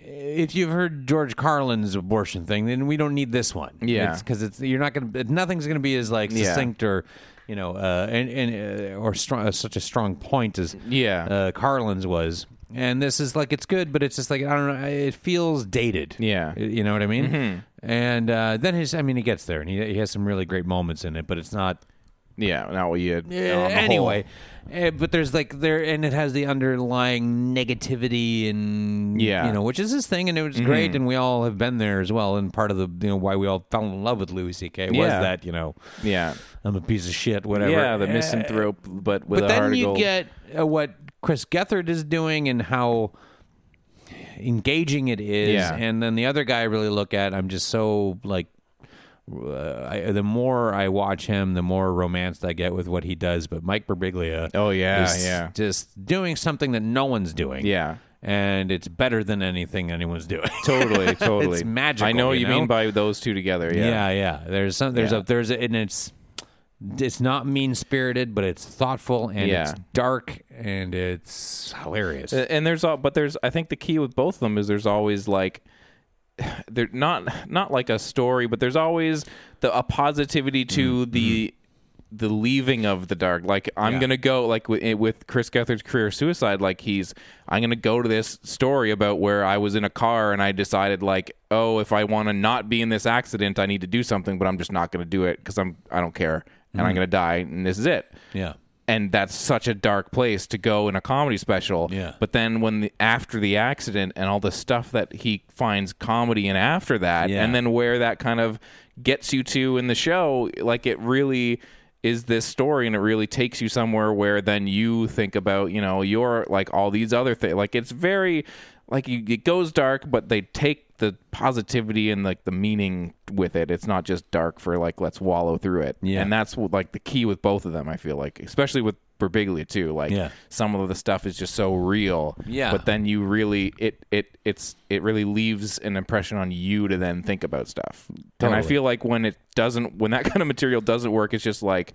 S3: If you've heard George Carlin's abortion thing, then we don't need this one.
S2: Yeah.
S3: because it's, you're not gonna. Nothing's gonna be as like
S2: Yeah.
S3: succinct or you know, uh, and and uh, or strong, uh, such a strong point as
S2: Yeah.
S3: uh, Carlin's was. And this is like it's good, but it's just like I don't know. It feels dated.
S2: Yeah. Mm-hmm.
S3: Y- you know what I mean. And uh, then his, I mean, he gets there and he, he has some really great moments in it, but it's not
S2: Yeah, now you. on the whole.
S3: anyway, eh, but there's like there, and it has the underlying negativity and
S2: Yeah. Mm-hmm.
S3: you know, which is his thing, and it was great, and we all have been there as well, and part of the you know why we all fell in love with Louis C.K. was
S2: Yeah.
S3: that you know
S2: yeah,
S3: I'm a piece of shit, whatever.
S2: yeah, the
S3: Eh,
S2: misanthrope, but with
S3: but
S2: a
S3: then
S2: heart of
S3: you
S2: gold.
S3: get uh, what Chris Gethard is doing and how engaging it is,
S2: Yeah.
S3: and then the other guy I really look at. I'm just so like. Uh, I, the more I watch him, the more romanced I get with what he does. But Mike Birbiglia,
S2: Oh, yeah,
S3: is
S2: yeah.
S3: just doing something that no one's doing,
S2: Yeah.
S3: and it's better than anything anyone's doing.
S2: (laughs)
S3: (laughs)
S2: (laughs) totally, totally.
S3: magical,
S2: I know what
S3: you
S2: you
S3: know?
S2: mean by those two together.
S3: yeah, yeah. There's some. There's
S2: Yeah.
S3: a. There's a, and it's it's not mean spirited, but it's thoughtful and it's
S2: Yeah.
S3: dark and it's hilarious.
S2: Uh, and there's all but there's i think the key with both of them is there's always like (sighs) they're not not like a story but there's always the a positivity to the the leaving of the dark like i'm gonna go like with, eh, with chris gethard's career suicide like he's i'm gonna go to this story about where i was in a car and i decided like oh if i want to not be in this accident i need to do something but i'm just not gonna do it because i'm i don't care and i'm gonna die and this is it
S3: yeah.
S2: and that's such a dark place to go in a comedy special.
S3: Yeah.
S2: But then when the, after the accident and all the stuff that he finds comedy in after that,
S3: Yeah.
S2: and then where that kind of gets you to in the show, like it really is this story and it really takes you somewhere where then you think about you know your like all these other things like it's very like you, it goes dark but they take the positivity and like the meaning with it it's not just dark for like let's wallow through it
S3: Yeah.
S2: and that's what, like the key with both of them. I feel like, especially with Berbiglia too. Like
S3: Yeah.
S2: some of the stuff is just so real.
S3: Yeah.
S2: But then you really it it it's it really leaves an impression on you to then think about stuff. And I
S3: Totally.
S2: feel like when it doesn't, when that (laughs) kind of material doesn't work, it's just like.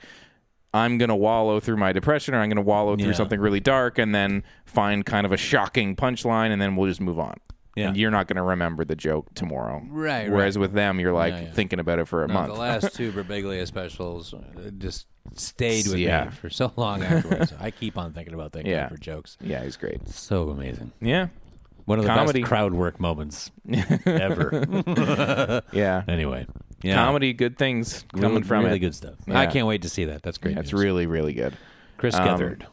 S2: I'm gonna wallow through my depression, or I'm gonna wallow through
S3: Yeah.
S2: something really dark, and then find kind of a shocking punchline, and then we'll just move on.
S3: Yeah.
S2: And you're not gonna remember the joke tomorrow,
S3: Right,
S2: Whereas with them, you're like
S3: Yeah, yeah.
S2: thinking about it for a
S3: No,
S2: month. (laughs)
S3: The last two Birbiglia specials uh, just stayed with
S2: Yeah.
S3: me for so long
S2: (laughs)
S3: afterwards. I keep on thinking about that guy
S2: Yeah.
S3: for jokes.
S2: yeah, he's great.
S3: So amazing.
S2: Yeah,
S3: One of the
S2: Comedy.
S3: best crowd
S2: (laughs)
S3: work moments ever.
S2: yeah.
S3: anyway, yeah.
S2: comedy, good things coming
S3: Really-
S2: from
S3: really
S2: it.
S3: good stuff.
S2: Yeah.
S3: I can't wait to see that. That's great.
S2: That's
S3: news.
S2: really, really good.
S3: Chris
S2: Um,
S3: Gethard.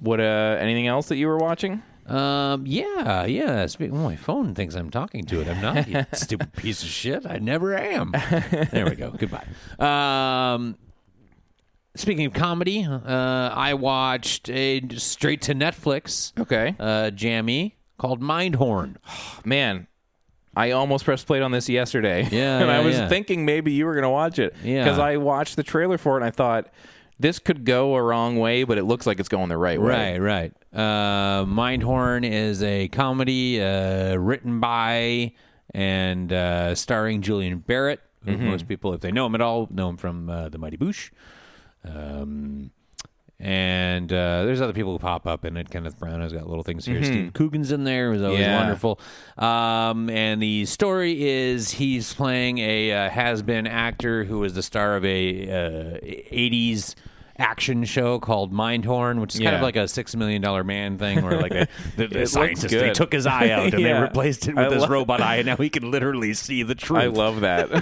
S2: What? Uh, anything else that you were watching?
S3: Um. Yeah. Yeah. Spe- oh, my phone thinks I'm talking to it. I'm not. You stupid piece of shit. I never am. There we go. Goodbye. Um. Speaking of comedy, uh, I watched a straight to Netflix
S2: Okay,
S3: uh, jammy called Mindhorn.
S2: man. I almost pressed play on this (laughs) yesterday.
S3: Yeah,
S2: and I
S3: yeah,
S2: was
S3: yeah.
S2: thinking maybe you were going to watch it.
S3: Yeah.
S2: Because I watched the trailer for it and I thought, this could go a wrong way, but it looks like it's going the right way.
S3: Right, right. Uh, Mindhorn is a comedy uh, written by and uh, starring Julian Barrett, who
S2: Mm-hmm.
S3: most people, if they know him at all, know him from uh, The Mighty Boosh. Um, and uh, there's other people who pop up in it. Kenneth Branagh's got little things here. Steve Coogan's in there, who's always
S2: Mm-hmm. Yeah.
S3: wonderful. Um, and the story is he's playing a uh, has-been actor who was the star of a uh, '80s action show called Mindhorn, which is kind of
S2: Yeah.
S3: like a Six Million Dollar Man thing, where
S2: (laughs)
S3: like a, the, the
S2: looks
S3: scientist they
S2: good.
S3: took his eye out
S2: (laughs)
S3: and
S2: Yeah.
S3: they replaced it
S2: I
S3: with this
S2: love-
S3: robot eye, and now he can literally see the truth.
S2: I love (laughs) that.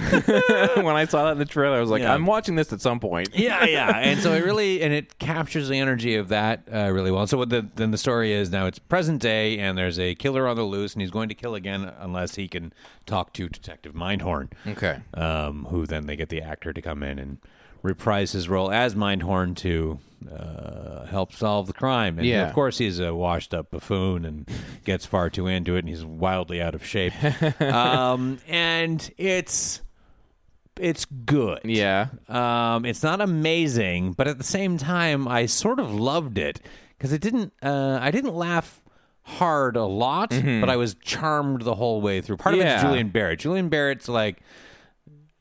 S2: when I saw that in the trailer, I was like,
S3: Yeah.
S2: I'm watching this at some point.
S3: yeah, yeah. And so it really and it captures the energy of that uh, really well. And so what the then the story is now it's present day and there's a killer on the loose and he's going to kill again unless he can talk to Detective Mindhorn.
S2: Okay.
S3: Um, who then they get the actor to come in and reprise his role as Mindhorn to uh, help solve the crime. And
S2: Yeah.
S3: of course he's a washed up buffoon and gets far too into it and he's wildly out
S2: (laughs)
S3: of shape. um, and it's it's good.
S2: Yeah.
S3: Um, it's not amazing, but at the same time, I sort of loved it because it didn't. Uh, I didn't laugh hard a lot, but I was charmed the whole way through. Part of
S2: Mm-hmm. Yeah.
S3: it's Julian Barrett. Julian Barrett's like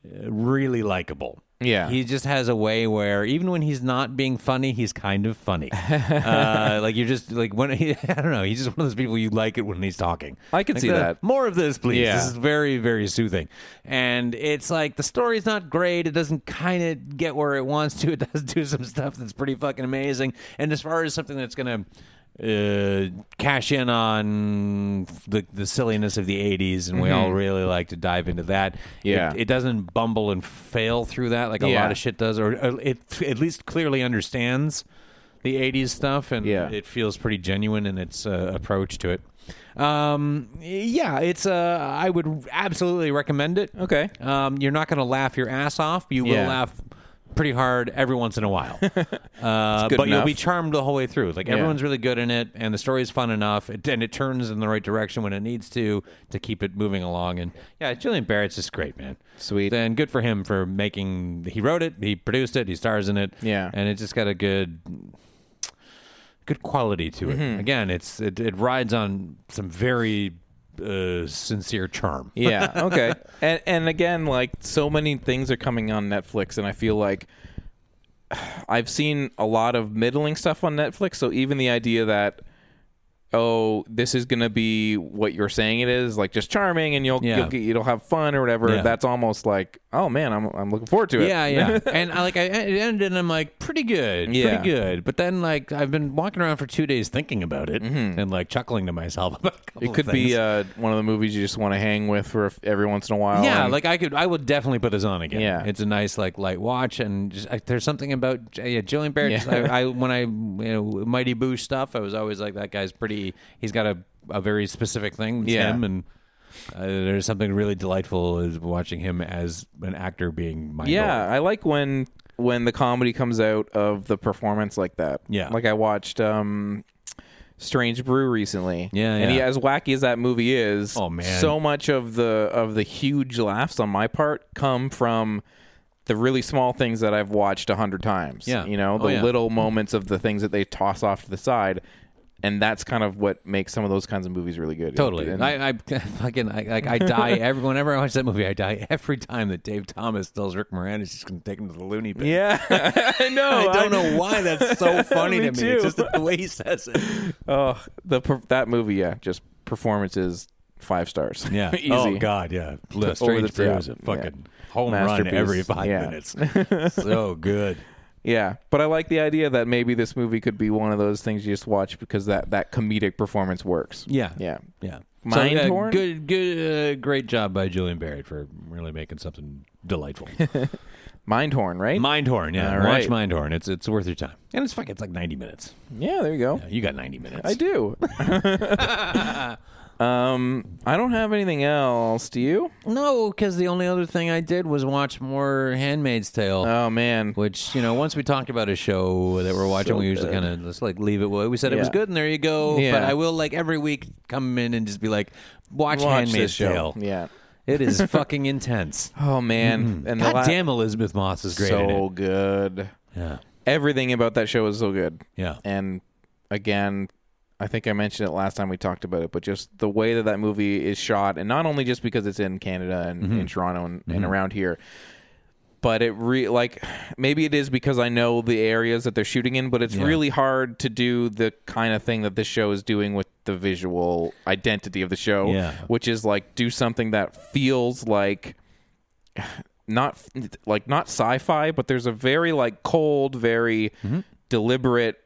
S3: uh, really likable.
S2: Yeah.
S3: He just has a way where even when he's not being funny, he's kind
S2: (laughs)
S3: of funny. uh, like you're just like when he, (laughs) I don't know, he's just one of those people you like it when he's talking.
S2: I can
S3: Like,
S2: see
S3: "Uh,
S2: that.
S3: More of this, please.
S2: Yeah.
S3: This is very very soothing. And it's like the story's not great. It doesn't kind of get where it wants to. (laughs) It does do some stuff that's pretty fucking amazing. And as far as something that's gonna uh cash in on the the silliness of the 80s and we all really like to dive into that
S2: Mm-hmm. Yeah.
S3: it, it doesn't bumble and fail through that like a
S2: Yeah.
S3: lot of shit does, or uh, it at least clearly understands the '80s stuff, and
S2: Yeah.
S3: it feels pretty genuine in its uh, approach to it. Um, yeah, it's. Uh, I would absolutely recommend it.
S2: Okay.
S3: Um, you're not going to laugh your ass off. You
S2: Yeah.
S3: will laugh pretty hard every once in
S2: (laughs)
S3: a while, uh,
S2: good
S3: but you'll be
S2: enough.
S3: charmed the whole way through. Like
S2: Yeah.
S3: everyone's really good in it, and the story's fun enough, it, and it turns in the right direction when it needs to to keep it moving along. And yeah, Julian Barrett's just great, man.
S2: Sweet.
S3: Then good for him for making. He wrote it, he produced it, he stars in it.
S2: Yeah.
S3: and it just got a good. Good quality to it.
S2: Mm-hmm.
S3: Again, it's it, it rides on some very uh, sincere charm.
S2: yeah okay and and again like so many things are coming on netflix and i feel like (sighs) i've seen a lot of middling stuff on netflix so even the idea that oh this is gonna be what you're saying it is like just charming and you'll
S3: Yeah.
S2: you'll, get, you'll have fun or whatever
S3: Yeah.
S2: that's almost like oh man i'm, I'm looking forward to it
S3: Yeah, yeah. (laughs) and I like I it ended and I'm like pretty good,
S2: Yeah.
S3: pretty good. But then like I've been walking around for two days thinking about it and like chuckling to myself (laughs) about a couple
S2: Mm-hmm. it
S3: of
S2: could be
S3: things.
S2: uh, one of the movies you just want to hang with for a f- every once in a while
S3: yeah,
S2: Oh, and-
S3: like I could, I would definitely put this on again.
S2: Yeah.
S3: it's a nice like light watch, and just, like, there's something about J- yeah, Julian Barrett. just- I, I when I you know Mighty Boo stuff, I was always like that guy's pretty. He's got a a very specific thing. It's
S2: Yeah.
S3: him and. Uh, there's something really delightful is watching him as an actor being my
S2: Yeah, I like when when the comedy comes out of the performance like that.
S3: Yeah.
S2: like I watched um, Strange Brew recently.
S3: Yeah,
S2: and he,
S3: yeah.
S2: as wacky as that movie is,
S3: Oh, man.
S2: so much of the of the huge laughs on my part come from the really small things that I've watched a hundred times.
S3: Yeah.
S2: you know, the
S3: Oh, yeah.
S2: little moments of the things that they toss off to the side. And that's kind of what makes some of those kinds of movies really good.
S3: Totally.
S2: And-
S3: I, (laughs) I fucking I, like I die every whenever I watch that movie. I die every time that Dave Thomas tells Rick Moranis he's going to take him to the loony
S2: (laughs)
S3: bin.
S2: yeah, I know.
S3: (laughs) I don't know why that's so funny
S2: (laughs) Me
S3: to me.
S2: too.
S3: It's just the way he says it.
S2: Oh, the per- that movie, yeah, just performances five stars. (laughs)
S3: (laughs) Yeah.
S2: easy.
S3: Oh God. Yeah. Look,
S2: Over the
S3: Strange Brew
S2: top.
S3: is a fucking home run
S2: Masterpiece.
S3: every five
S2: Yeah.
S3: (laughs) minutes. so good.
S2: Yeah, but I like the idea that maybe this movie could be one of those things you just watch because that that comedic performance works.
S3: Yeah.
S2: yeah,
S3: Yeah.
S2: Mind
S3: so, uh,
S2: Horn?
S3: Good. Good. Uh, great job by Julian Barrett for really making something (laughs) delightful.
S2: Mindhorn, right?
S3: Mindhorn. Yeah.
S2: All right.
S3: Watch Mindhorn. It's it's worth your time. And it's fucking. It's like ninety minutes.
S2: yeah, there you go.
S3: Yeah, you got ninety minutes.
S2: I do.
S3: (laughs)
S2: um, I don't have anything else. Do you?
S3: No, because the only other thing I did was watch more Handmaid's Tale.
S2: Oh man,
S3: which you know, once we talked about a show that we're watching,
S2: So
S3: we usually
S2: good.
S3: kind of let's like leave it. what We said it was
S2: Yeah.
S3: good, and there you go.
S2: Yeah.
S3: But I will like every week come in and just be like, watch,
S2: watch this
S3: Handmaid's
S2: show.
S3: Tale.
S2: Yeah.
S3: It is
S2: (laughs)
S3: fucking intense.
S2: Oh man, and
S3: Mm-hmm. God
S2: the la-
S3: damn, Elizabeth Moss is great. in
S2: so
S3: it.
S2: good.
S3: Yeah,
S2: Everything about that show is so good.
S3: yeah,
S2: and again i think i mentioned it last time we talked about it but just the way that that movie is shot and not only just because it's in canada and
S3: Mm-hmm.
S2: in toronto and, and around here but it re like maybe it is because i know the areas that they're shooting in but it's really hard to do the kind of thing that this show is doing with the visual identity of the show
S3: Yeah.
S2: which is like do something that feels like not like not sci-fi but there's a very like cold very
S3: Mm-hmm.
S2: deliberate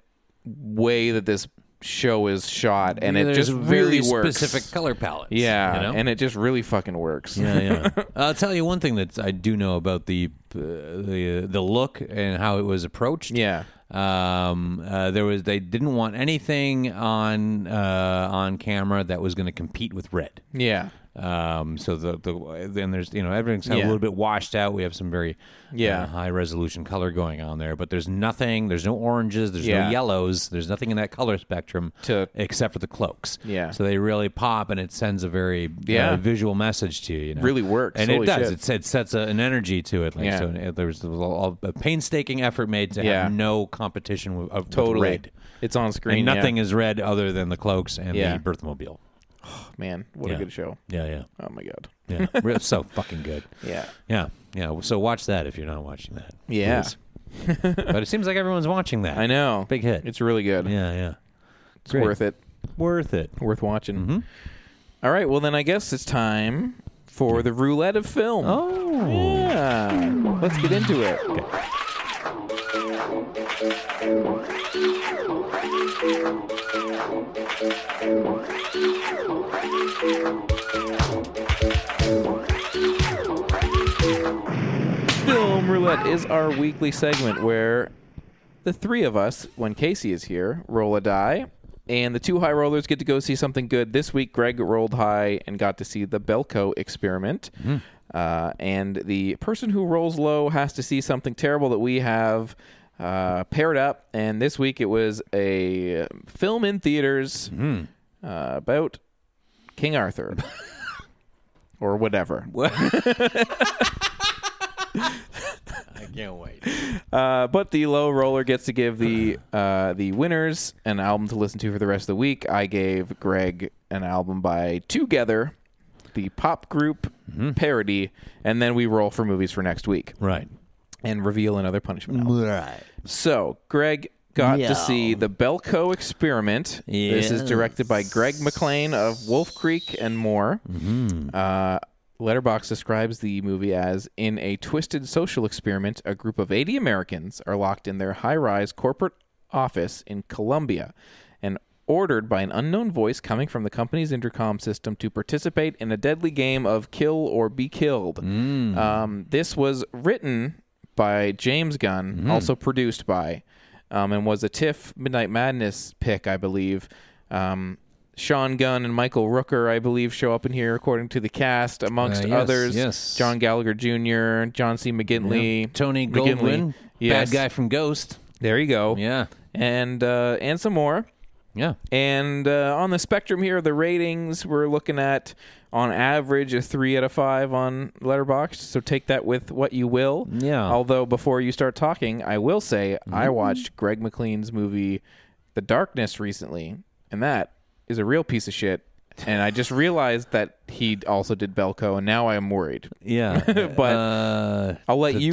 S2: way that this show is shot and it
S3: There's
S2: just
S3: a
S2: really,
S3: really
S2: works
S3: specific color palettes.
S2: yeah
S3: you know?
S2: and it just really fucking (laughs) works
S3: yeah, yeah. I'll tell you one thing that I do know about the uh, the the look and how it was approached.
S2: Yeah.
S3: Um, uh, there was they didn't want anything on uh, on camera that was going to compete with red.
S2: yeah
S3: Um, so the the then there's you know everything's kind of
S2: Yeah.
S3: a little bit washed out. We have some very
S2: Yeah.
S3: uh, high resolution color going on there, but there's nothing. There's no oranges. There's
S2: Yeah.
S3: no yellows. There's nothing in that color spectrum
S2: To-
S3: except for the cloaks.
S2: Yeah.
S3: So they really pop, and it sends a very
S2: Yeah.
S3: uh, visual message to you. you know?
S2: Really works.
S3: and
S2: Holy
S3: it does.
S2: shit.
S3: It, it sets a, an energy to it. Like
S2: Yeah.
S3: so, it, there was a, little- a painstaking effort made to
S2: Yeah.
S3: have no competition with, of, with
S2: totally
S3: red.
S2: it's on screen
S3: and
S2: yeah.
S3: nothing is red other than the cloaks and
S2: Yeah.
S3: the birthmobile.
S2: Oh, man, what
S3: Yeah.
S2: a good show!
S3: Yeah, yeah,
S2: Oh my god. (laughs)
S3: yeah. Real, so fucking good.
S2: Yeah.
S3: Yeah, yeah. So watch that if you're not watching that.
S2: Yeah.
S3: please. but it seems like everyone's watching that.
S2: I know.
S3: Big hit.
S2: It's really good.
S3: Yeah, yeah.
S2: it's worth it.
S3: Worth it.
S2: Worth watching. All right. Well, then I guess it's time for the roulette of film.
S3: Oh.
S2: Yeah. Let's get into it. Film Roulette is our weekly segment where the three of us, when Casey is here, roll a die, and the two high rollers get to go see something good. This week, Greg rolled high and got to see the Belko experiment. Uh, and the person who rolls low has to see something terrible that we have uh, paired up. And this week, it was a film in theaters uh, about King Arthur. Or whatever.
S3: I can't wait.
S2: Uh, but the low roller gets to give the uh, the winners an album to listen to for the rest of the week. I gave Greg an album by Together, the pop group parody, and then we roll for movies for next week
S3: Right.
S2: and reveal another punishment album. So Greg got to see the Belko Experiment. This is directed by Greg McLean of Wolf Creek and more. Uh, Letterbox describes the movie as in a twisted social experiment. A group of 80 Americans are locked in their high-rise corporate office in Colombia, and ordered by an unknown voice coming from the company's intercom system to participate in a deadly game of kill or be killed. Um, this was written by James Gunn, also produced by, um, and was a TIFF Midnight Madness pick, I believe. Um, Sean Gunn and Michael Rooker, I believe, show up in here according to the cast, amongst
S3: Uh, yes,
S2: others.
S3: yes.
S2: John Gallagher Jr., John C. McGinley,
S3: Tony
S2: McGinley.
S3: Goldwyn,
S2: Yes.
S3: bad guy from Ghost.
S2: There you go.
S3: Yeah.
S2: and uh, and some more.
S3: Yeah.
S2: And uh, on the spectrum here, the ratings we're looking at on average a three out of five on Letterboxd. So take that with what you will.
S3: Yeah. Mm-hmm.
S2: Although before you start talking, I will say I watched Greg McLean's movie The Darkness recently, and that is a real piece of shit. And I just realized that he also did Belko, and now I am worried.
S3: Yeah.
S2: (laughs) But
S3: uh,
S2: I'll let
S3: The
S2: you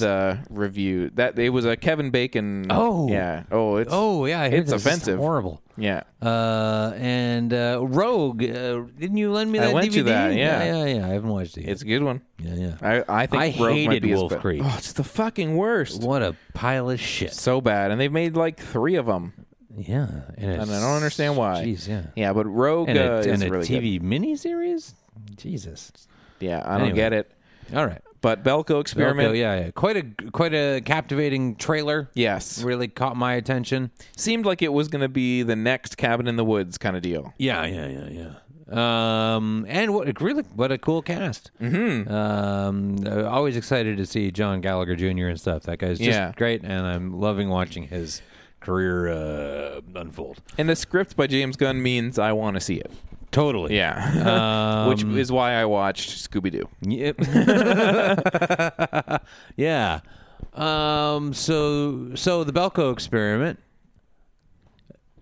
S2: take the review. That it was a Kevin Bacon.
S3: Oh.
S2: yeah. Oh, it's
S3: oh yeah, I heard
S2: it's
S3: this. It's
S2: offensive.
S3: horrible.
S2: yeah.
S3: Uh, and uh, Rogue, uh, didn't you lend me
S2: I
S3: that
S2: lent
S3: DVD?
S2: you that, yeah.
S3: yeah, yeah, yeah. I haven't watched it. Yet.
S2: It's a good one.
S3: yeah, yeah.
S2: I I think
S3: I
S2: Rogue might
S3: hated
S2: be his
S3: Wolf
S2: be-
S3: Creek.
S2: Oh, it's the fucking worst.
S3: what a pile of shit.
S2: So bad, and they've made like three of them,
S3: Yeah, and,
S2: and I don't understand why.
S3: Jeez, yeah.
S2: yeah, but Rogue
S3: And
S2: uh,
S3: a,
S2: is
S3: and a
S2: really
S3: TV miniseries. Jesus.
S2: good. Yeah, I don't
S3: Anyway.
S2: get it.
S3: All right.
S2: But Belko experiment.
S3: Belko, yeah, yeah. Quite a quite a captivating trailer.
S2: Yes,
S3: Really caught my attention.
S2: seemed like it was going to be the next Cabin in the Woods kind of deal.
S3: Yeah, yeah, yeah, yeah. Um, and what a really what a cool cast. Mm-hmm. Um, uh, always excited to see John Gallagher Jr. and stuff. That guy's just
S2: Yeah.
S3: great, and I'm loving watching his career uh, unfold.
S2: And the script by James Gunn means I want to see it.
S3: Totally.
S2: Yeah, (laughs) which
S3: Um,
S2: is why I watched Scooby Doo. (laughs)
S3: Yep. (laughs) yeah. Um. So so the Belko experiment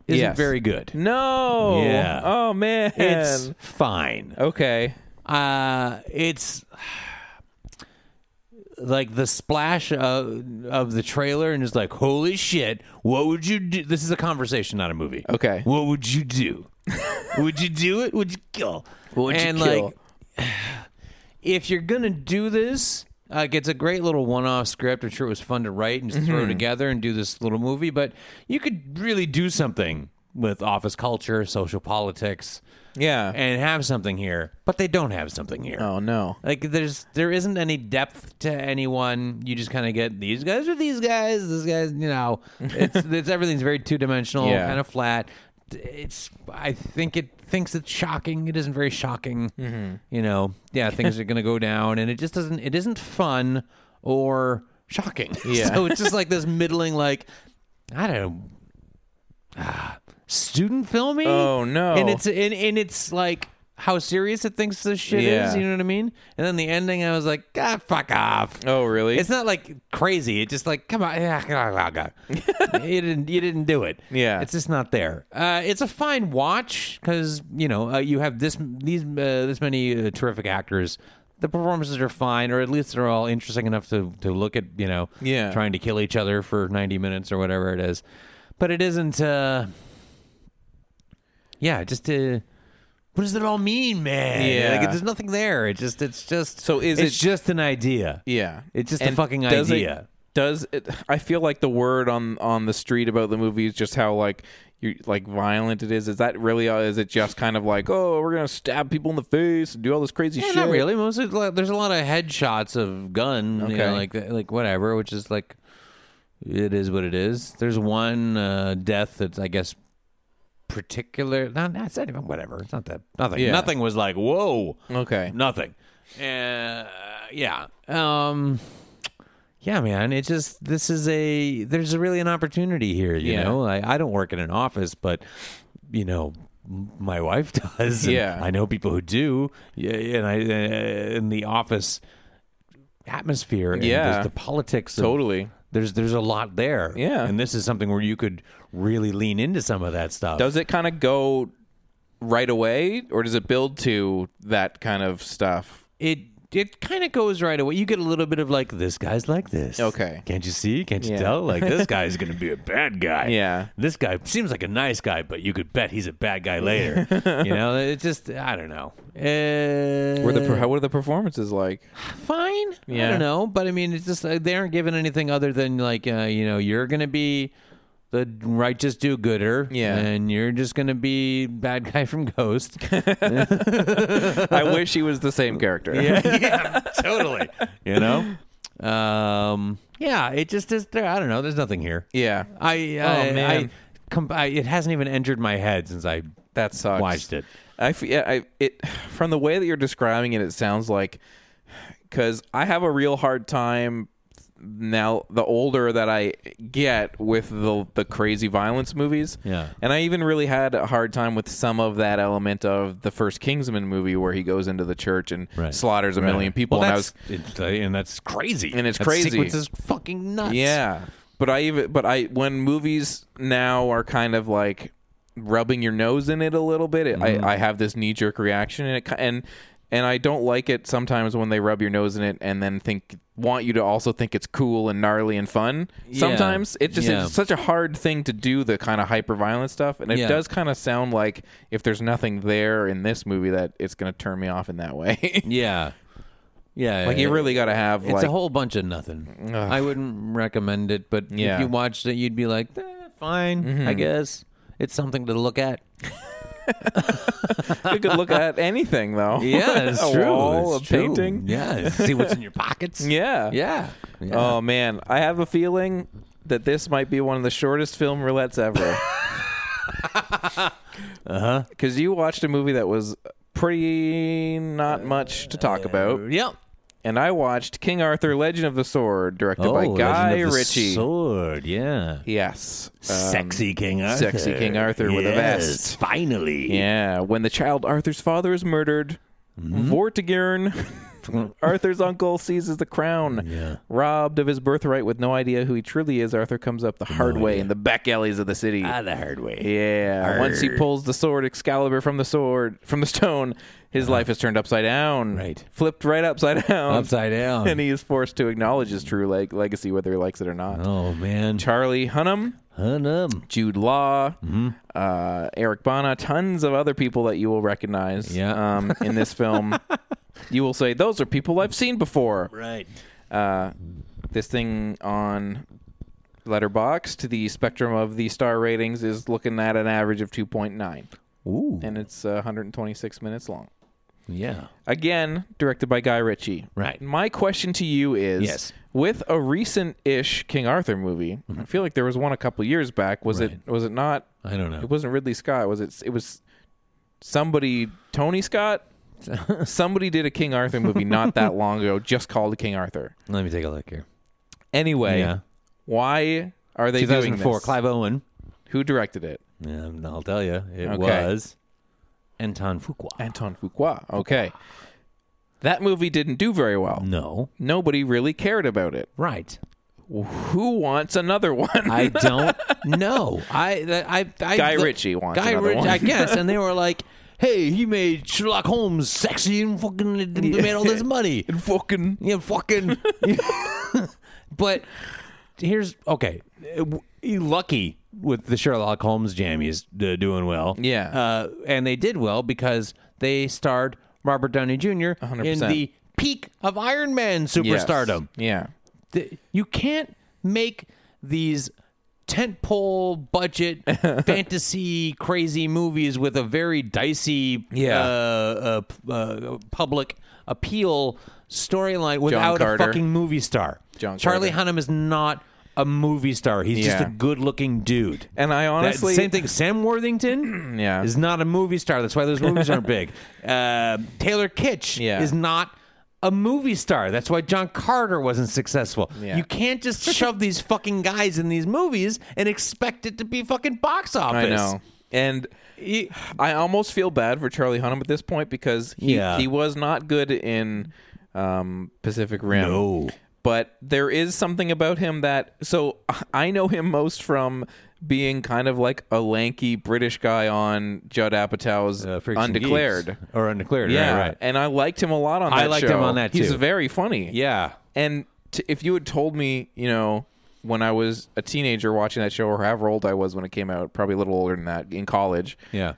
S3: isn't
S2: Yes.
S3: very good.
S2: No.
S3: Yeah.
S2: Oh man.
S3: It's fine.
S2: okay.
S3: Uh, it's like the splash of, of the trailer, and it's like, holy shit, what would you do? This is a conversation, not a movie.
S2: Okay.
S3: What would
S2: (laughs)
S3: you do? would you do it? Would you kill?
S2: would you
S3: and like,
S2: kill?
S3: if you're going to do this, like it's a great little one-off script. I'm sure it was fun to write and just
S2: Mm-hmm.
S3: throw together and do this little movie. But you could really do something with office culture, social politics,
S2: Yeah.
S3: and have something here, but they don't have something here.
S2: oh no.
S3: Like there's there isn't any depth to anyone. You just kind of get these guys are these guys. This guy's you know
S2: (laughs)
S3: it's, it's everything's very two dimensional,
S2: Yeah.
S3: kind of flat. It's I think it thinks it's shocking. It isn't very shocking.
S2: Mm-hmm.
S3: You know, yeah, things are gonna go down, and it just doesn't. It isn't fun or shocking. (laughs)
S2: Yeah.
S3: so it's just like this middling, like I don't know. Ah, student filming
S2: Oh, no.
S3: and it's and, and it's like how serious it thinks this shit is.
S2: Yeah.
S3: You know what I mean? And then the ending, I was like, God, fuck off.
S2: Oh, really?
S3: It's not like crazy. It's just like, come on, yeah, come on,
S2: (laughs)
S3: come on. you didn't, you didn't do it.
S2: Yeah.
S3: it's just not there. Uh, it's a fine watch because you know uh, you have this, these, uh, this many uh, terrific actors. The performances are fine, or at least they're all interesting enough to to look at. You know,
S2: Yeah.
S3: trying to kill each other for ninety minutes or whatever it is, but it isn't. Uh, yeah, just uh What does it all mean, man?
S2: Yeah.
S3: like, there's nothing there. It just, it's just.
S2: So is
S3: it's
S2: it-
S3: just an idea?
S2: Yeah,
S3: It's just a fucking
S2: does it-
S3: idea.
S2: does it, I feel like the word on on the street about the movie is just how like you like violent it is? Is that really? uh, Is it just kind of like oh we're gonna stab people in the face and do all this crazy
S3: Yeah,
S2: shit?
S3: not really. Mostly, like, there's a lot of headshots of gun, you know,
S2: Okay.
S3: like like whatever, which is like it is what it is. There's one uh, death that's I guess particular. Not that's not even whatever. It's not that nothing.
S2: Yeah.
S3: Nothing was like whoa.
S2: Okay.
S3: Nothing. Uh, yeah. Um. Yeah, man. It just this is a there's really an opportunity here. You
S2: Yeah.
S3: know, I, I don't work in an office, but you know, m- my wife (laughs) does. and
S2: Yeah.
S3: I know people who do. Yeah, and I uh, in the office atmosphere. and
S2: Yeah.
S3: just the politics. of-
S2: Totally.
S3: there's there's a lot there.
S2: Yeah.
S3: and this is something where you could really lean into some of that stuff.
S2: Does it kind of go right away, or does it build to that kind of stuff?
S3: it it kind of goes right away. You get a little bit of like this guy's like this.
S2: Okay.
S3: Can't you see? Can't you
S2: Yeah.
S3: tell?
S2: (laughs)
S3: Like this guy's going to be a bad guy.
S2: Yeah.
S3: This guy seems like a nice guy, but you could bet he's a bad guy
S2: (laughs)
S3: later. you know, it just I don't know. Uh,
S2: Were the per- how were the performances like?
S3: fine? I
S2: Yeah.
S3: don't know, but I mean, it's just uh, they aren't given anything other than like uh, you know you're going to be the righteous do-gooder,
S2: Yeah.
S3: and you're just going to be bad (laughs) guy from Ghost. (laughs)
S2: I wish he was the same character.
S3: Yeah, (laughs) yeah, totally. You know, um, yeah, it just is there. I don't know. There's nothing here.
S2: Yeah.
S3: I, I,
S2: man.
S3: I, com- I it hasn't even entered my head since I
S2: That sucks.
S3: watched it.
S2: I, f- yeah, I it from the way that you're describing it, it sounds like because I have a real hard time now. The older that I get with the the crazy violence movies,
S3: Yeah.
S2: and I even really had a hard time with some of that element of the first Kingsman movie where he goes into the church and
S3: Right.
S2: slaughters a
S3: Right.
S2: million people.
S3: Well,
S2: and I was
S3: that's, it's, uh, and that's crazy.
S2: And it's
S3: That
S2: crazy.
S3: Sequence is fucking nuts.
S2: Yeah. But I even but I when movies now are kind of like rubbing your nose in it a little bit, it,
S3: Mm.
S2: I I have this knee jerk reaction and it ki- and and I don't like it sometimes when they rub your nose in it and then think want you to also think it's cool and gnarly and fun. Sometimes it just
S3: Yeah.
S2: it's such a hard thing to do the kind of hyper violent stuff and it
S3: Yeah.
S2: does kind of sound like if there's nothing there in this movie that it's going to turn me off in that way. (laughs)
S3: yeah, yeah.
S2: like you really got to have
S3: It's
S2: like
S3: a whole bunch of nothing.
S2: Ugh.
S3: I wouldn't recommend it, but
S2: Yeah. Mm-hmm.
S3: if you watched it, you'd be like, eh, fine, I guess. It's something to
S2: (laughs)
S3: look at.
S2: you could look at anything though.
S3: (laughs) Yeah, it's
S2: a
S3: true.
S2: wall,
S3: it's
S2: a
S3: true.
S2: painting.
S3: Yeah, see what's in your pockets.
S2: (laughs) Yeah.
S3: yeah. Yeah.
S2: Oh man, I have a feeling that this might be one of the shortest film roulettes ever.
S3: (laughs)
S2: uh huh.
S3: Uh-huh.
S2: Because you watched a movie that was pretty
S3: Uh,
S2: not much to talk about,
S3: Yep.
S2: and I watched King Arthur: Legend of the Sword, directed by
S3: Oh, Legend
S2: Guy
S3: of the
S2: Ritchie.
S3: Sword, yeah.
S2: Yes. Um,
S3: sexy King Arthur.
S2: sexy King Arthur with a
S3: Yes,
S2: vest.
S3: Finally.
S2: Yeah, when the child Arthur's father is murdered,
S3: Mm-hmm. (laughs)
S2: Vortigern, Arthur's uncle, seizes the crown. Robbed of his birthright with no idea who he truly is, Arthur comes up the hard way in the back alleys of the city.
S3: Ah, the hard way.
S2: yeah, once he pulls the sword Excalibur from the sword from the stone, his life is turned upside down.
S3: Uh-huh. Right.
S2: flipped right upside down.
S3: Upside down.
S2: and he is forced to acknowledge his true leg- legacy, whether he likes it or not.
S3: oh man.
S2: Charlie Hunnam.
S3: Hun 'em.
S2: Jude Law,
S3: Mm-hmm.
S2: uh, Eric Bana, tons of other people that you will recognize
S3: Yeah.
S2: um, in
S3: (laughs)
S2: this film. you will say, those are people I've seen before.
S3: Right.
S2: This thing on Letterboxd, to the spectrum of the star ratings, is looking at an average of 2.9,
S3: Ooh.
S2: and it's uh, 126 minutes long.
S3: Yeah.
S2: Again, directed by Guy Ritchie.
S3: Right.
S2: My question to you is
S3: Yes. Mm-hmm.
S2: with a recent ish King Arthur movie, I feel like there was one a couple years back. Was it was it not
S3: I don't know.
S2: it wasn't Ridley Scott. Was it? It was somebody. Tony
S3: (laughs)
S2: Scott. somebody did a King Arthur movie not that long ago, just called King Arthur.
S3: Let me take a look here.
S2: Anyway,
S3: Yeah.
S2: why are they doing
S3: 2004,
S2: this?
S3: Clive Owen.
S2: Who directed it?
S3: Um, I'll tell you, it
S2: Okay.
S3: was Anton Fuqua.
S2: Anton Fuqua. Okay. That movie didn't do very well.
S3: no.
S2: Nobody really cared about it.
S3: Right.
S2: Who wants another (laughs) one?
S3: I don't know. I, that- I, I
S2: Guy
S3: the-
S2: Ritchie wants
S3: Guy
S2: another
S3: Ritchie,
S2: one.
S3: I
S2: (laughs)
S3: guess. And they were like, "Hey, he made Sherlock Holmes sexy
S2: (laughs)
S3: and fucking made all this money."
S2: fucking (laughs)
S3: Yeah, fucking. but here's okay. Uh, w- Lucky with the Sherlock Holmes jammies uh, doing well.
S2: Yeah.
S3: uh, and they did well because they starred Robert Downey Jr. in
S2: 100%.
S3: the peak of Iron Man superstardom.
S2: Yes. Yeah.
S3: Th- you can't make these
S2: (laughs)
S3: tentpole budget fantasy crazy movies with a very dicey
S2: Yeah.
S3: uh, uh, uh, public appeal storyline without a
S2: Carter.
S3: fucking movie star.
S2: John
S3: Charlie
S2: Carter.
S3: Hunnam is not a movie star. He's just
S2: Yeah.
S3: a good-looking dude.
S2: And I
S3: That-
S2: honestly-
S3: same thing. Sam
S2: (clears throat)
S3: Worthington
S2: Yeah.
S3: is not a movie star. That's why those movies aren't big.
S2: (laughs)
S3: Uh, Taylor Kitsch
S2: Yeah.
S3: is not a movie star. That's why John Carter wasn't successful.
S2: Yeah.
S3: You can't just shove these fucking guys in these movies and expect it to be fucking box office.
S2: I know. And I almost feel bad for Charlie Hunnam at this point because he,
S3: Yeah.
S2: he was not good in um, Pacific Rim.
S3: No.
S2: But there is something about him that. So (laughs) I know him most from being kind of like a lanky British guy on Judd Apatow's
S3: Uh, Freaks and
S2: Undeclared.
S3: Geeks. or undeclared.
S2: Yeah.
S3: right, right.
S2: And I liked him a lot on that
S3: I liked him
S2: show.
S3: on that,
S2: He's
S3: too.
S2: very funny.
S3: yeah,
S2: And t- if you had told me, you know, when I was a teenager watching that show, or however old I was when it came out, probably a little older than that, in college,
S3: yeah.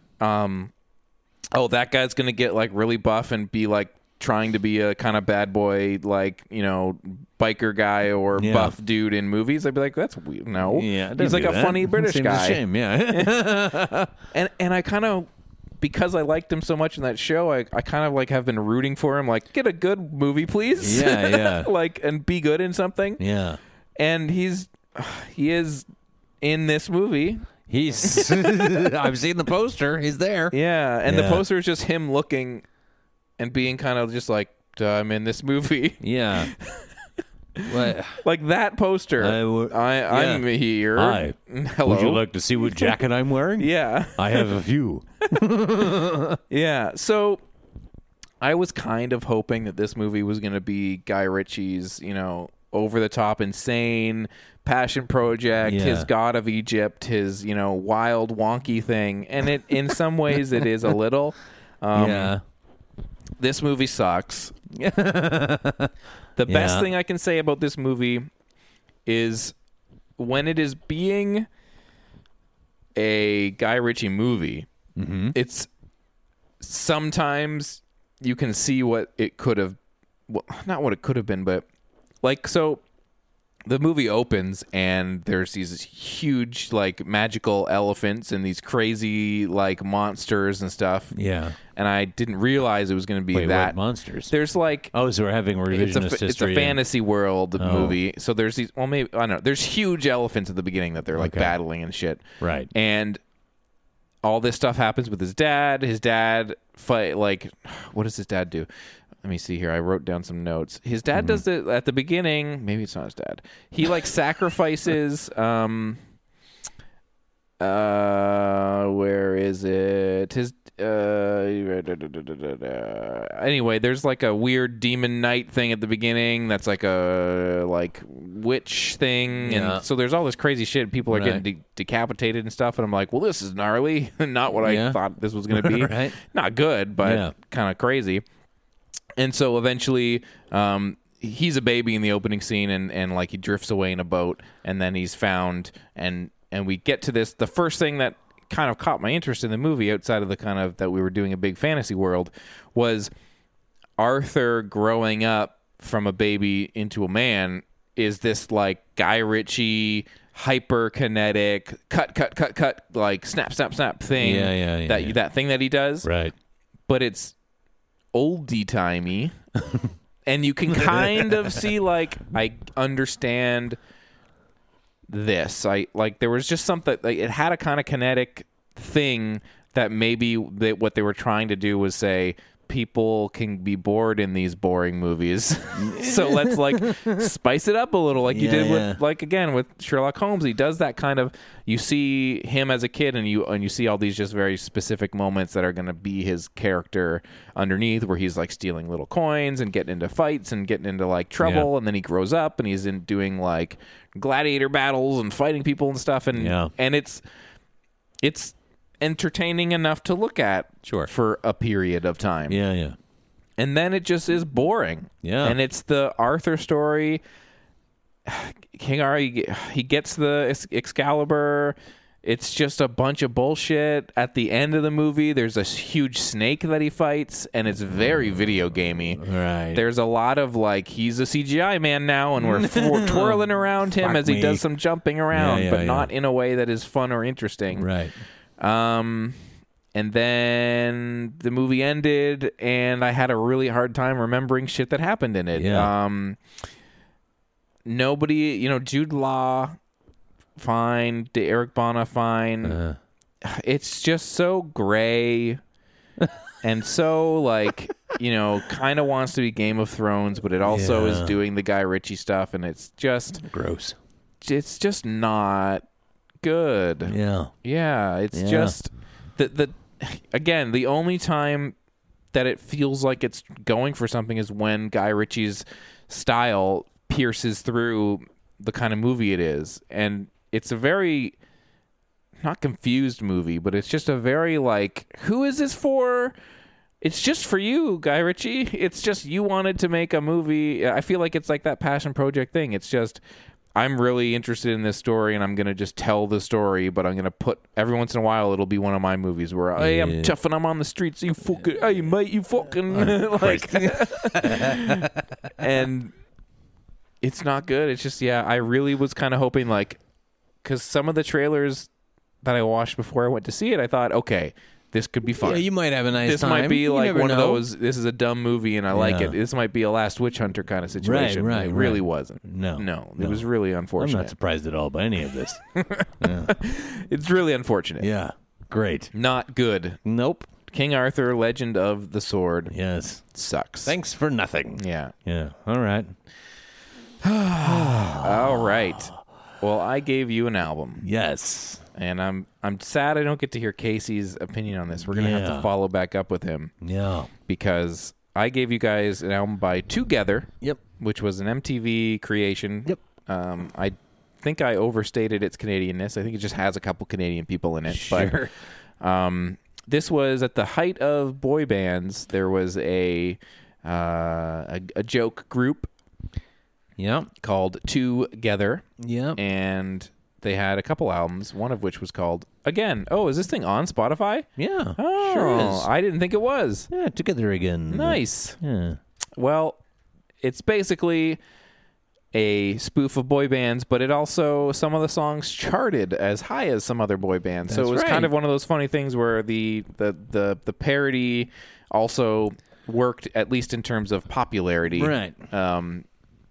S2: oh, that guy's going to get like really buff and be like trying to be a kind of bad boy, like, you know, biker guy or
S3: Yeah.
S2: buff dude in movies, I'd be like, that's weird. No. He's like a
S3: (laughs)
S2: funny British guy. (laughs)
S3: Yeah,
S2: And, and I kind of. Because I liked him so much in that show, I, I kind of like have been rooting for him. Like, get a good movie, please.
S3: Yeah, yeah.
S2: (laughs) like, and be good in something.
S3: yeah.
S2: and he's (sighs) he is in this movie.
S3: He's. (laughs) I've seen the poster. He's there.
S2: Yeah, and the
S3: Yeah.
S2: poster is just him looking and being kind of just like "Duh, I'm in this movie. (laughs)
S3: Yeah. what?
S2: like that poster. I
S3: I would-
S2: I, am
S3: yeah.
S2: here.
S3: Hi.
S2: (laughs)
S3: (laughs)
S2: Hello.
S3: Would you like to see (laughs) what jacket I'm wearing?
S2: yeah.
S3: I have a few.
S2: Yeah. So I was kind of hoping that this movie was going to be Guy Ritchie's, you know, over the top insane passion project,
S3: Yeah.
S2: his god of Egypt, his, you know, wild wonky thing. And it in some ways it is a little um,
S3: yeah.
S2: this movie sucks. the best
S3: Yeah.
S2: thing I can say about this movie is when it is being a Guy Ritchie movie,
S3: Mm-hmm.
S2: it's sometimes you can see what it could have, well, not what it could have been, but like, so the movie opens and there's these huge, like, magical elephants and these crazy, like, monsters and stuff
S3: Yeah.
S2: and I didn't realize it was going to be
S3: Wait,
S2: that
S3: what monsters?
S2: There's like
S3: Oh, so we're having
S2: it's
S3: revisionist
S2: a fa-
S3: history. Oh.
S2: it's a
S3: then.
S2: fantasy world movie, so there's these. Well, maybe I don't know. There's huge elephants at the beginning that they're like
S3: Okay.
S2: battling and shit,
S3: Right.
S2: And all this stuff happens with his dad. His dad fight like what does his dad do? Let me see here. I wrote down some notes. His dad
S3: Mm-hmm.
S2: does it at the beginning. Maybe it's not his dad. He like (laughs) sacrifices. um uh where is it his uh anyway there's like a weird demon knight thing at the beginning that's like a like witch thing
S3: Yeah.
S2: and so there's all this crazy shit people are getting
S3: Right.
S2: de- decapitated and stuff and i'm like well this is gnarly (laughs) not what i
S3: Yeah.
S2: thought this was going to be
S3: (laughs) Right.
S2: not good but
S3: Yeah.
S2: kind of crazy and so eventually um he's a baby in the opening scene and and like he drifts away in a boat and then he's found and and we get to this the first thing that kind of caught my interest in the movie outside of the kind of that we were doing a big fantasy world was Arthur growing up from a baby into a man is this like Guy Ritchie hyperkinetic cut cut cut cut like snap snap snap thing
S3: Yeah, yeah, yeah,
S2: that
S3: yeah.
S2: that thing that he does
S3: Right.
S2: but it's oldie timey, and you can kind of see like I understand this. I like there was just something like it had a kind of kinetic thing that maybe they, what they were trying to do was say people can be bored in these boring movies. (laughs) so let's like spice it up a little, like you
S5: Yeah,
S2: did
S5: yeah.
S2: with like again with Sherlock Holmes. He does that kind of. You see him as a kid, and you and you see all these just very specific moments that are going to be his character underneath, where he's like stealing little coins and getting into fights and getting into like trouble, and then he grows up and he's in doing like gladiator battles and fighting people and stuff, and
S3: Yeah.
S2: and it's it's entertaining enough to look at
S3: Sure.
S2: for a period of time
S3: Yeah, yeah.
S2: and then it just is boring
S3: Yeah.
S2: and it's the arthur story (sighs) king Ar he gets the Ex- excalibur it's just a bunch of bullshit at the end of the movie there's a huge snake that he fights and it's very video gamey
S3: Right.
S2: there's a lot of like he's a cgi man now and
S3: (laughs)
S2: we're, we're twirling around him
S3: Fuck
S2: as he
S3: me.
S2: does some jumping around
S3: yeah,
S2: but
S3: yeah.
S2: not in a way that is fun or interesting
S3: Right.
S2: um, and then the movie ended, and I had a really hard time remembering shit that happened in it.
S3: Yeah.
S2: Um, nobody, you know, Jude Law, fine. De- Eric Bana, fine.
S3: Uh-huh.
S2: It's just so
S3: (laughs)
S2: gray, and so like you know, kind of wants to be Game of Thrones, but it also is doing the Guy Ritchie stuff, and it's just,
S3: Gross.
S2: it's just not good.
S3: Yeah.
S2: Yeah, it's just the the again the only time that it feels like it's going for something is when Guy Ritchie's style pierces through the kind of movie it is, and it's a very not confused movie, but it's just a very like who is this for? It's just for you, Guy Ritchie. It's just you wanted to make a movie. I feel like it's like that passion project thing. It's just I'm really interested in this story and I'm going to just tell the story, but I'm going to put every once in a while ittle be one of my movies where hey, I'm tough and I'm on the streets. You fucking hey mate, you fucking (laughs) like and it's not good. It's just yeah, I really was kind of hoping like cuz some of the trailers that I watched before I went to see it, I thought, okay, this could be fun.
S3: Yeah, you might have a nice
S2: this
S3: time.
S2: might be
S3: You
S2: like
S3: never
S2: one of
S3: know.
S2: those. This is a dumb movie, and I like
S3: Yeah.
S2: it. This might be a Last Witch Hunter kind of situation.
S3: right,
S2: It
S3: right.
S2: really wasn't.
S3: No,
S2: no, it
S3: no.
S2: was really
S3: I'm
S2: unfortunate.
S3: not surprised at all by any of (laughs) this.
S2: it's really unfortunate.
S3: yeah. Great.
S2: Not good.
S3: Nope.
S2: King Arthur, Legend of the Sword,
S3: Yes.
S2: sucks.
S3: Thanks for nothing.
S2: yeah.
S3: Yeah. All right.
S2: All right.
S3: Ah.
S2: Well, I gave you an album,
S3: Yes.
S2: and I'm I'm sad I don't get to hear Casey's opinion on this. We're gonna have to
S3: Yeah.
S2: follow back up with him
S3: Yeah.
S2: because I gave you guys an album by Together.
S3: Yep.
S2: which was an MTV creation.
S3: Yep.
S2: Um, I think I overstated its Canadianness. I think it just has a couple Canadian people in it.
S3: Sure.
S2: But um, this was at the height of boy bands. There was a uh, a, a joke group
S3: Yep.
S2: called Together,
S3: Yep.
S2: and they had a couple albums. One of which was called Again. Oh, is this thing on Spotify?
S3: yeah.
S2: Oh,
S3: Sure is.
S2: I didn't think it was.
S3: yeah. Together again.
S2: Nice.
S3: Yeah.
S2: Well, it's basically a spoof of boy bands, but it also some of the songs charted as high as some other boy bands. so
S3: That's
S2: it was kind
S3: right.
S2: of one of those funny things where the the the, the parody also worked at least in terms of popularity,
S3: Right.
S2: Um,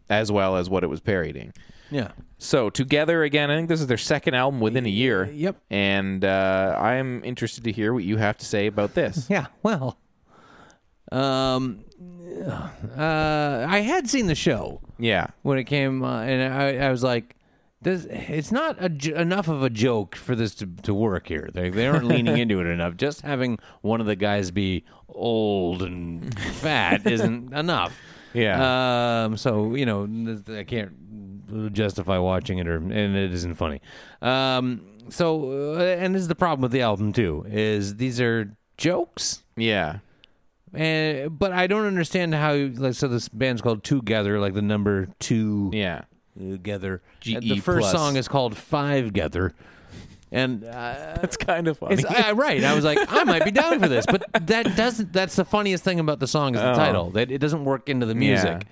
S2: as well as what it was parodying.
S3: Yeah.
S2: So together again, I think this is their second album within a year.
S3: Yep.
S2: And uh, I'm interested to hear what you have to say about this.
S3: (laughs) Yeah. Well. Um. Uh. I had seen the show.
S2: yeah.
S3: when it came, uh, and I, I was like, "This, it's not a j- enough of a joke for this to, to work here. They, they aren't leaning into it enough. Just having one of the guys be old and fat isn't enough."
S2: Yeah.
S3: Um. So you know, th- th- I can't justify watching it, or and it isn't funny. Um. So, uh, and this is the problem with the album too: is these are jokes.
S2: Yeah.
S3: And, but I don't understand how like so this band's called Together like the number 2
S2: Yeah.
S3: together.
S2: GE
S3: uh, the
S2: plus.
S3: first song is called Five Together. And uh,
S2: That's kind of funny. (laughs)
S3: it's I, right, I was like, I might be down for this, but that doesn't. That's the funniest thing about the song is
S2: Oh.
S3: the title that it doesn't work into the music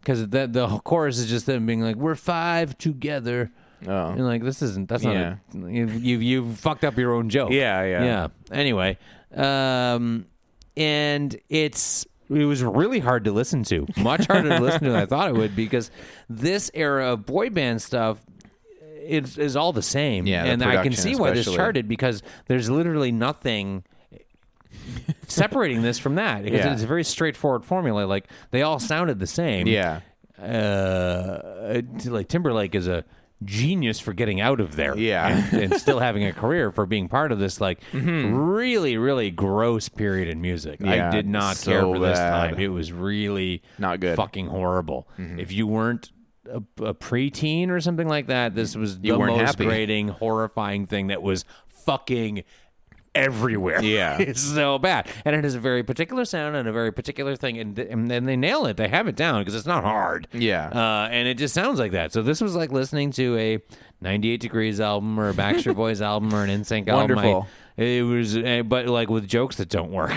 S3: because that the chorus is just them being like, "We're five together,"
S2: Oh.
S3: and like this isn't. That's not. a- you you you fucked up your own joke.
S2: Yeah, yeah.
S3: yeah. Anyway, um, and it's it was really hard to listen to, much harder to listen to than I thought it would because this era of boy band stuff. Is, is all the same,
S2: Yeah, the
S3: and I can
S2: production
S3: see why this
S2: especially. (laughs)
S3: charted because there's literally nothing separating this from that because
S2: Yeah.
S3: it's a very straightforward formula. Like they all sounded the same.
S2: Yeah.
S3: Uh, t- like Timberlake is a genius for getting out of there.
S2: Yeah.
S3: And, and still having a career for being part of this like really really gross period in music.
S2: Mm-hmm. Yeah,
S3: I did not
S2: so
S3: care for this
S2: bad.
S3: time. It was really
S2: Not good. Mm-hmm.
S3: Fucking horrible. If you weren't a, a preteen or something like that, this was
S2: You
S3: the
S2: weren't
S3: most
S2: happy.
S3: grating, horrifying thing that was fucking everywhere.
S2: Yeah.
S3: (laughs) it's so bad, and it has a very particular sound and a very particular thing, and th- and then they nail it. They have it down because it's not hard.
S2: Yeah.
S3: uh, and it just sounds like that. So this was like listening to a 98 Degrees album or a
S2: (laughs)
S3: Backstreet Boys album or an NSYNC album. I-
S2: Wonderful.
S3: it was, eh, but like with jokes that
S2: (laughs)
S3: don't work.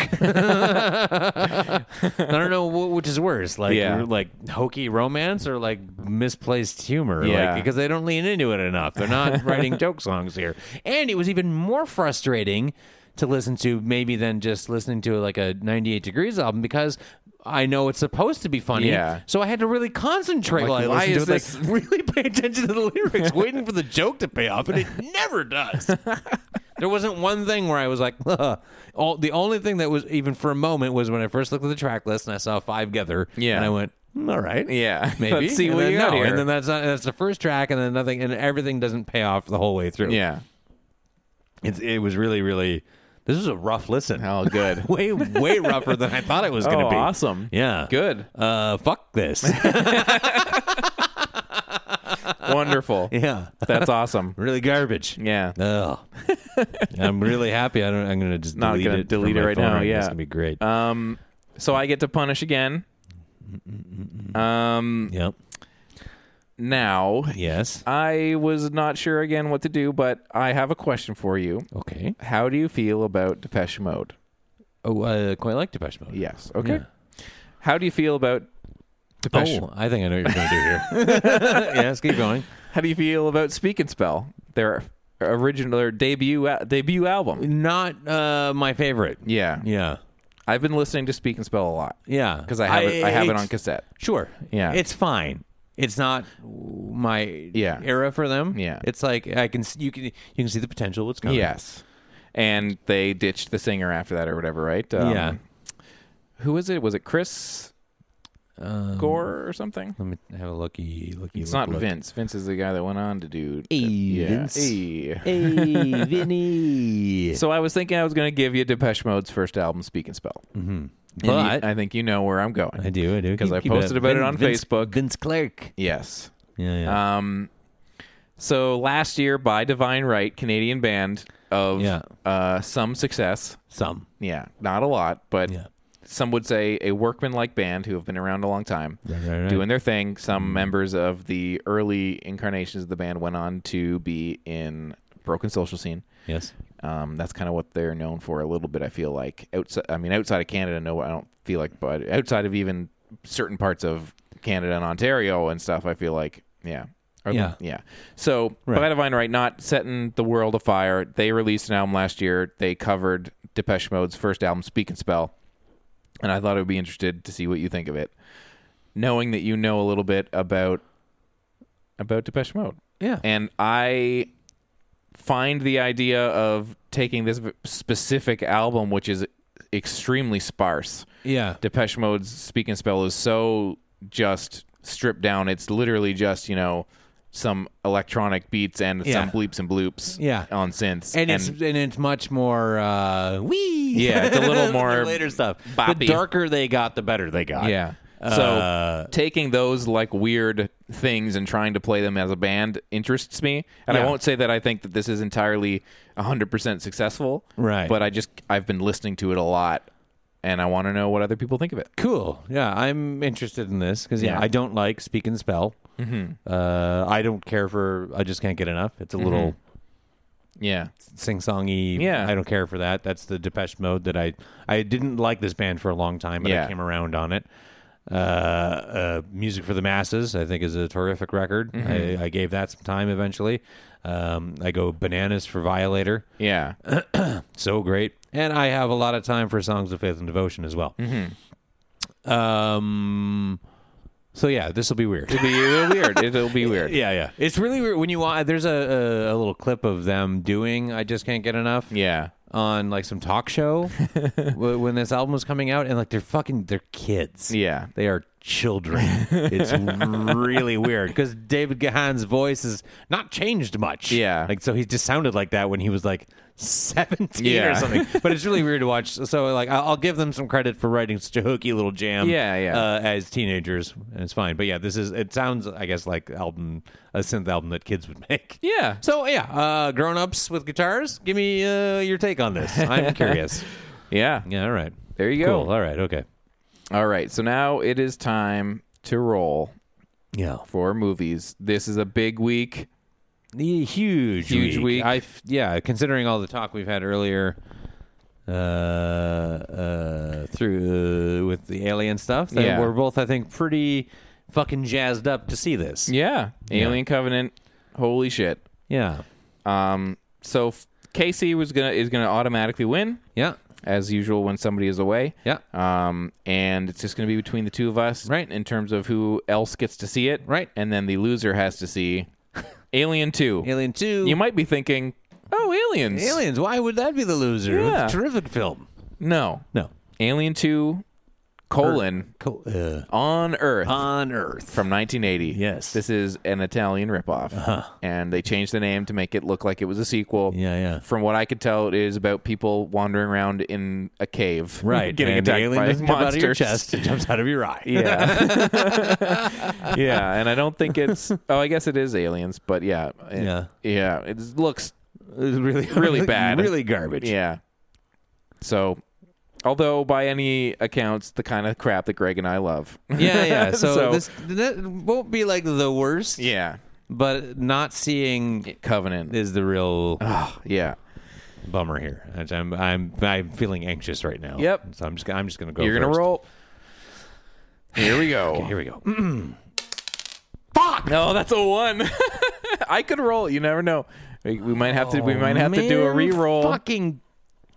S3: I don't know wh- which is worse, like
S2: Yeah.
S3: like hokey romance or like misplaced humor,
S2: Yeah.
S3: like because they don't lean into it enough. They're
S2: (laughs)
S3: not writing joke songs here, and it was even more frustrating to listen to maybe than just listening to like a 98 Degrees album because. I know it's supposed to be funny,
S2: Yeah.
S3: so I had to really concentrate
S2: Like,
S3: while I
S2: why
S3: listened
S2: is
S3: to it.
S2: this-
S3: Like, (laughs) really pay attention to the
S2: (laughs)
S3: lyrics, waiting for the joke to pay off, and it never does. There wasn't one thing where I was like, "Huh." all the only thing that was even for a moment was when I first looked at the track list and I saw Five Gather,
S2: Yeah.
S3: and I went, "Hmm, all right,
S2: Yeah. (laughs)
S3: maybe.
S2: Let's see
S3: And
S2: what
S3: then
S2: you got
S3: no,
S2: here.
S3: and then that's not, that's the first track, and then nothing, and everything doesn't pay off the whole way through.
S2: Yeah.
S3: it's, it was really, really. This was a rough listen.
S2: Oh, (laughs) good.
S3: (laughs) way, way rougher than I thought it was going to
S2: (laughs) Oh,
S3: be.
S2: awesome.
S3: Yeah,
S2: Good.
S3: Uh,
S2: (laughs)
S3: fuck
S2: (laughs)
S3: this. (laughs)
S2: Wonderful.
S3: yeah,
S2: That's awesome.
S3: really garbage.
S2: Yeah. (laughs)
S3: Ugh. I'm really happy. I don't. I'm gonna just
S2: Not
S3: delete
S2: gonna
S3: it.
S2: delete it
S3: from my
S2: right
S3: phone.
S2: now, yeah.
S3: it's gonna be great.
S2: Um, so I get to punish again. Um,
S3: yep.
S2: now
S3: Yes.
S2: I was not sure again what to do, but I have a question for you.
S3: Okay.
S2: How do you feel about Depeche Mode?
S3: Oh, I quite like Depeche Mode.
S2: Yes. Okay. How do you feel about Depeche?
S3: Oh, I think I know what you're gonna do here.
S2: (laughs)
S3: (laughs) yes. Keep going.
S2: How do you feel about Speak and Spell? Their original their debut uh, debut album.
S3: Not uh, my favorite.
S2: Yeah.
S3: Yeah.
S2: I've been listening to Speak and Spell a lot
S3: Yeah.
S2: because I have it. I have it
S3: it's-
S2: on cassette.
S3: Sure.
S2: Yeah.
S3: It's fine. It's not my
S2: Yeah.
S3: era for them.
S2: Yeah.
S3: It's like I can see, you can you can see the potential. What's coming.
S2: Yes. And they ditched the singer after that or whatever, right? Um,
S3: Yeah.
S2: Who was it? Was it Chris Gore or something?
S3: um, Let me have a looky. Looky.
S2: It's
S3: look,
S2: not
S3: look.
S2: Vince. Vince is the guy that went on to do. uh,
S3: Hey,
S2: yeah.
S3: Vince.
S2: Hey. (laughs)
S3: Hey, Vinny.
S2: So I was thinking I was going to give you Depeche Mode's first album, Speak and Spell. And you-
S3: But-
S2: I think you know where I'm going.
S3: I do, I do.
S2: Because I
S3: Keep it up.
S2: posted about it
S3: Vin-
S2: on
S3: Vince-
S2: Facebook.
S3: Vince Clark.
S2: Yes.
S3: Yeah, yeah.
S2: Um, so last year, by Divine Right, Canadian band of
S3: Yeah.
S2: uh, some success.
S3: Some.
S2: Yeah, not a lot, but
S3: Yeah.
S2: some would say a workman-like band who have been around a long time,
S3: Right, right, Mm-hmm. right.
S2: doing their thing. Some members of the early incarnations of the band went on to be in Broken Social Scene.
S3: Yes.
S2: Um, that's kind of what they're known for a little bit. I feel like outside. I mean, outside of Canada, no, I don't feel like, but outside of even certain parts of Canada and Ontario and stuff, I feel like, yeah, Are
S3: Yeah.
S2: the- yeah. So
S3: Right.
S2: by Divine Right, not setting the world afire. They released an album last year. They covered Depeche Mode's first album, Speak and Spell, and I thought it would be interested to see what you think of it, knowing that you know a little bit about about Depeche Mode.
S3: Yeah.
S2: And I find the idea of taking this v- specific album, which is extremely sparse.
S3: yeah.
S2: Depeche Mode's Speak and Spell is so just stripped down. It's literally just, you know, some electronic beats and
S3: Yeah.
S2: some bleeps and bloops
S3: Yeah.
S2: on synths.
S3: and, it's and it's much more uh wee.
S2: Yeah, it's a little
S3: (laughs) The
S2: more
S3: later stuff.
S2: boppy.
S3: The darker they got, the better they got.
S2: Yeah. So
S3: Uh,
S2: taking those like weird things and trying to play them as a band interests me. And I
S3: Yeah.
S2: won't say that I think that this is entirely 100% successful.
S3: Right.
S2: But I just I've been listening to it a lot and I want to know what other people think of it.
S3: Cool. Yeah, I'm interested in this because yeah,
S2: Yeah.
S3: I don't like speak and spell. Mm-hmm. Uh, I don't care for. I just can't get enough. It's a little
S2: Yeah.
S3: sing songy.
S2: Yeah.
S3: I don't care for that. That's the Depeche Mode that I I didn't like this band for a long time, but
S2: Yeah.
S3: I came around on it. Uh, uh, Music for the Masses, I think, is a terrific record. I, I gave that some time eventually. Um, I go bananas for Violator,
S2: Yeah.
S3: so great, and I have a lot of time for songs of faith and devotion as well. Mm-hmm. Um, so yeah, this will be weird.
S2: It'll be it'll be weird. It'll be weird.
S3: (laughs) Yeah, yeah. It's really weird when you want. There's a, a a little clip of them doing "I Just Can't Get Enough."
S2: Yeah.
S3: on like some
S2: (laughs)
S3: talk show w- when this album was coming out, and like they're fucking they're kids.
S2: Yeah.
S3: they are children. it's really weird because David Gahan's voice is not changed much.
S2: Yeah.
S3: like so he just sounded like that when he was like. 17 or
S2: Yeah.
S3: something but it's really weird to watch so like I- i'll give them some credit for writing such a hooky little jam
S2: Yeah, yeah.
S3: uh, as teenagers and it's fine but yeah this is it sounds i guess like album a synth album that kids would make
S2: Yeah.
S3: so yeah, uh, grown-ups with guitars. Give me uh, your take on this.
S2: (laughs)
S3: I'm curious.
S2: Yeah.
S3: Yeah, all right.
S2: There you go.
S3: Cool. All right. Okay.
S2: All right. So now it is time to roll
S3: Yeah.
S2: for movies. This is a big week.
S3: The huge,
S2: Huge week.
S3: I f- yeah. Considering all the talk we've had earlier, uh, uh, through uh, with the alien stuff, that
S2: Yeah.
S3: we're both, I think, pretty fucking jazzed up to see this.
S2: Yeah. Alien Covenant. Holy shit.
S3: Yeah.
S2: Um so f- Casey was going to is going to automatically win
S3: Yeah.
S2: as usual when somebody is away.
S3: Yeah.
S2: Um and it's just going to be between the two of us
S3: Right.
S2: in terms of who else gets to see it.
S3: Right.
S2: And then the loser has to
S3: (laughs)
S2: see Alien 2.
S3: Alien Two.
S2: You might be thinking, "Oh, aliens."
S3: Aliens. Why would that be the loser?
S2: Yeah.
S3: It's a terrific film.
S2: No.
S3: No.
S2: Alien 2 colon
S3: Co- uh,
S2: on Earth.
S3: on Earth.
S2: from 1980.
S3: Yes. Uh-huh.
S2: This is an Italian ripoff. And they changed the name to make it look like it was a sequel.
S3: Yeah, yeah.
S2: From what I could tell, it is about people wandering around in a cave. (laughs)
S3: Right.
S2: Getting
S3: and the
S2: attacked
S3: alien
S2: by
S3: (laughs) doesn't
S2: monsters.
S3: jump out of your chest. It jumps out of your eye.
S2: (laughs) Yeah. yeah. And I don't think it's. Oh, I guess it is aliens, but yeah. It-
S3: Yeah.
S2: Yeah. It looks
S3: (laughs) It's really,
S2: (laughs)
S3: (laughs)
S2: really bad.
S3: Really garbage. (laughs)
S2: Yeah. So, although by any accounts, the kind of crap that Greg and I
S3: (laughs)
S2: love.
S3: Yeah, yeah. So,
S2: So-
S3: this that won't be like the worst.
S2: yeah.
S3: But not seeing
S2: Covenant.
S3: is the real
S2: yeah.
S3: bummer here. And I'm I'm I'm feeling anxious right now.
S2: Yep.
S3: So I'm just I'm just gonna go.
S2: you You're going
S3: first.
S2: to roll. Here we go.
S3: Here we go.
S2: No, that's a one. (laughs) I could roll. You never know. We, we might have to. We might have to do a
S3: Oh, Man,
S2: re-roll.
S3: Fucking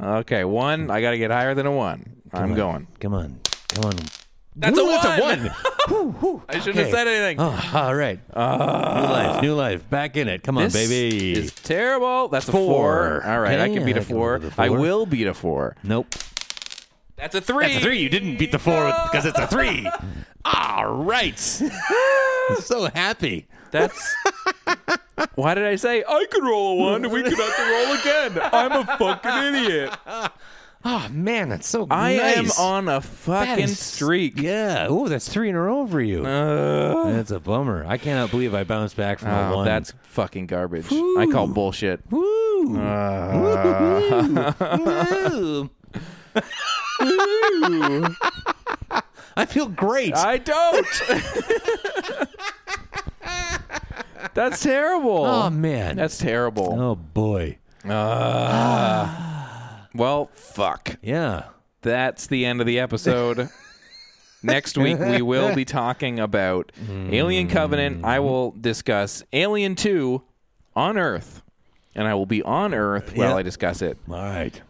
S2: Okay, one. I got to get higher than a one. I'm going.
S3: come on, come on.
S2: That's a
S3: Ooh, That's a
S2: one. (laughs)
S3: one. Whew, whew.
S2: I shouldn't have
S3: Okay.
S2: said anything.
S3: Oh, all right. new life, new life. Back in it. Come on,
S2: This
S3: baby.
S2: is terrible. That's a four.
S3: Four.
S2: All right, I
S3: Okay,
S2: can beat a
S3: I can
S2: four.
S3: live with a
S2: I
S3: four.
S2: will beat a four.
S3: nope.
S2: That's a three.
S3: That's a three. You didn't beat the four because it's a three.
S2: (laughs)
S3: All right. so happy. (laughs)
S2: That's. Why did I say I could roll a one and we could have to roll again?
S3: (laughs)
S2: I'm a fucking idiot.
S3: Oh man, that's so
S2: I
S3: nice.
S2: am on a
S3: That
S2: fucking
S3: is-
S2: streak. Uh.
S3: Yeah. Oh, that's three in a row for you. that's a bummer. I cannot believe I bounced back from a
S2: Oh,
S3: one.
S2: that's fucking garbage. I call bullshit. (laughs)
S3: woo. Woo. Woo. I feel great.
S2: I
S3: (laughs)
S2: don't. That's terrible.
S3: oh man.
S2: That's terrible.
S3: oh boy.
S2: Well, fuck.
S3: Yeah.
S2: That's the end of the episode.
S3: (laughs)
S2: Next week we will be talking about
S3: Hmm.
S2: Alien Covenant. I will discuss Alien 2 on Earth. And I will be on Earth while
S3: Yeah.
S2: I discuss it.
S3: All right.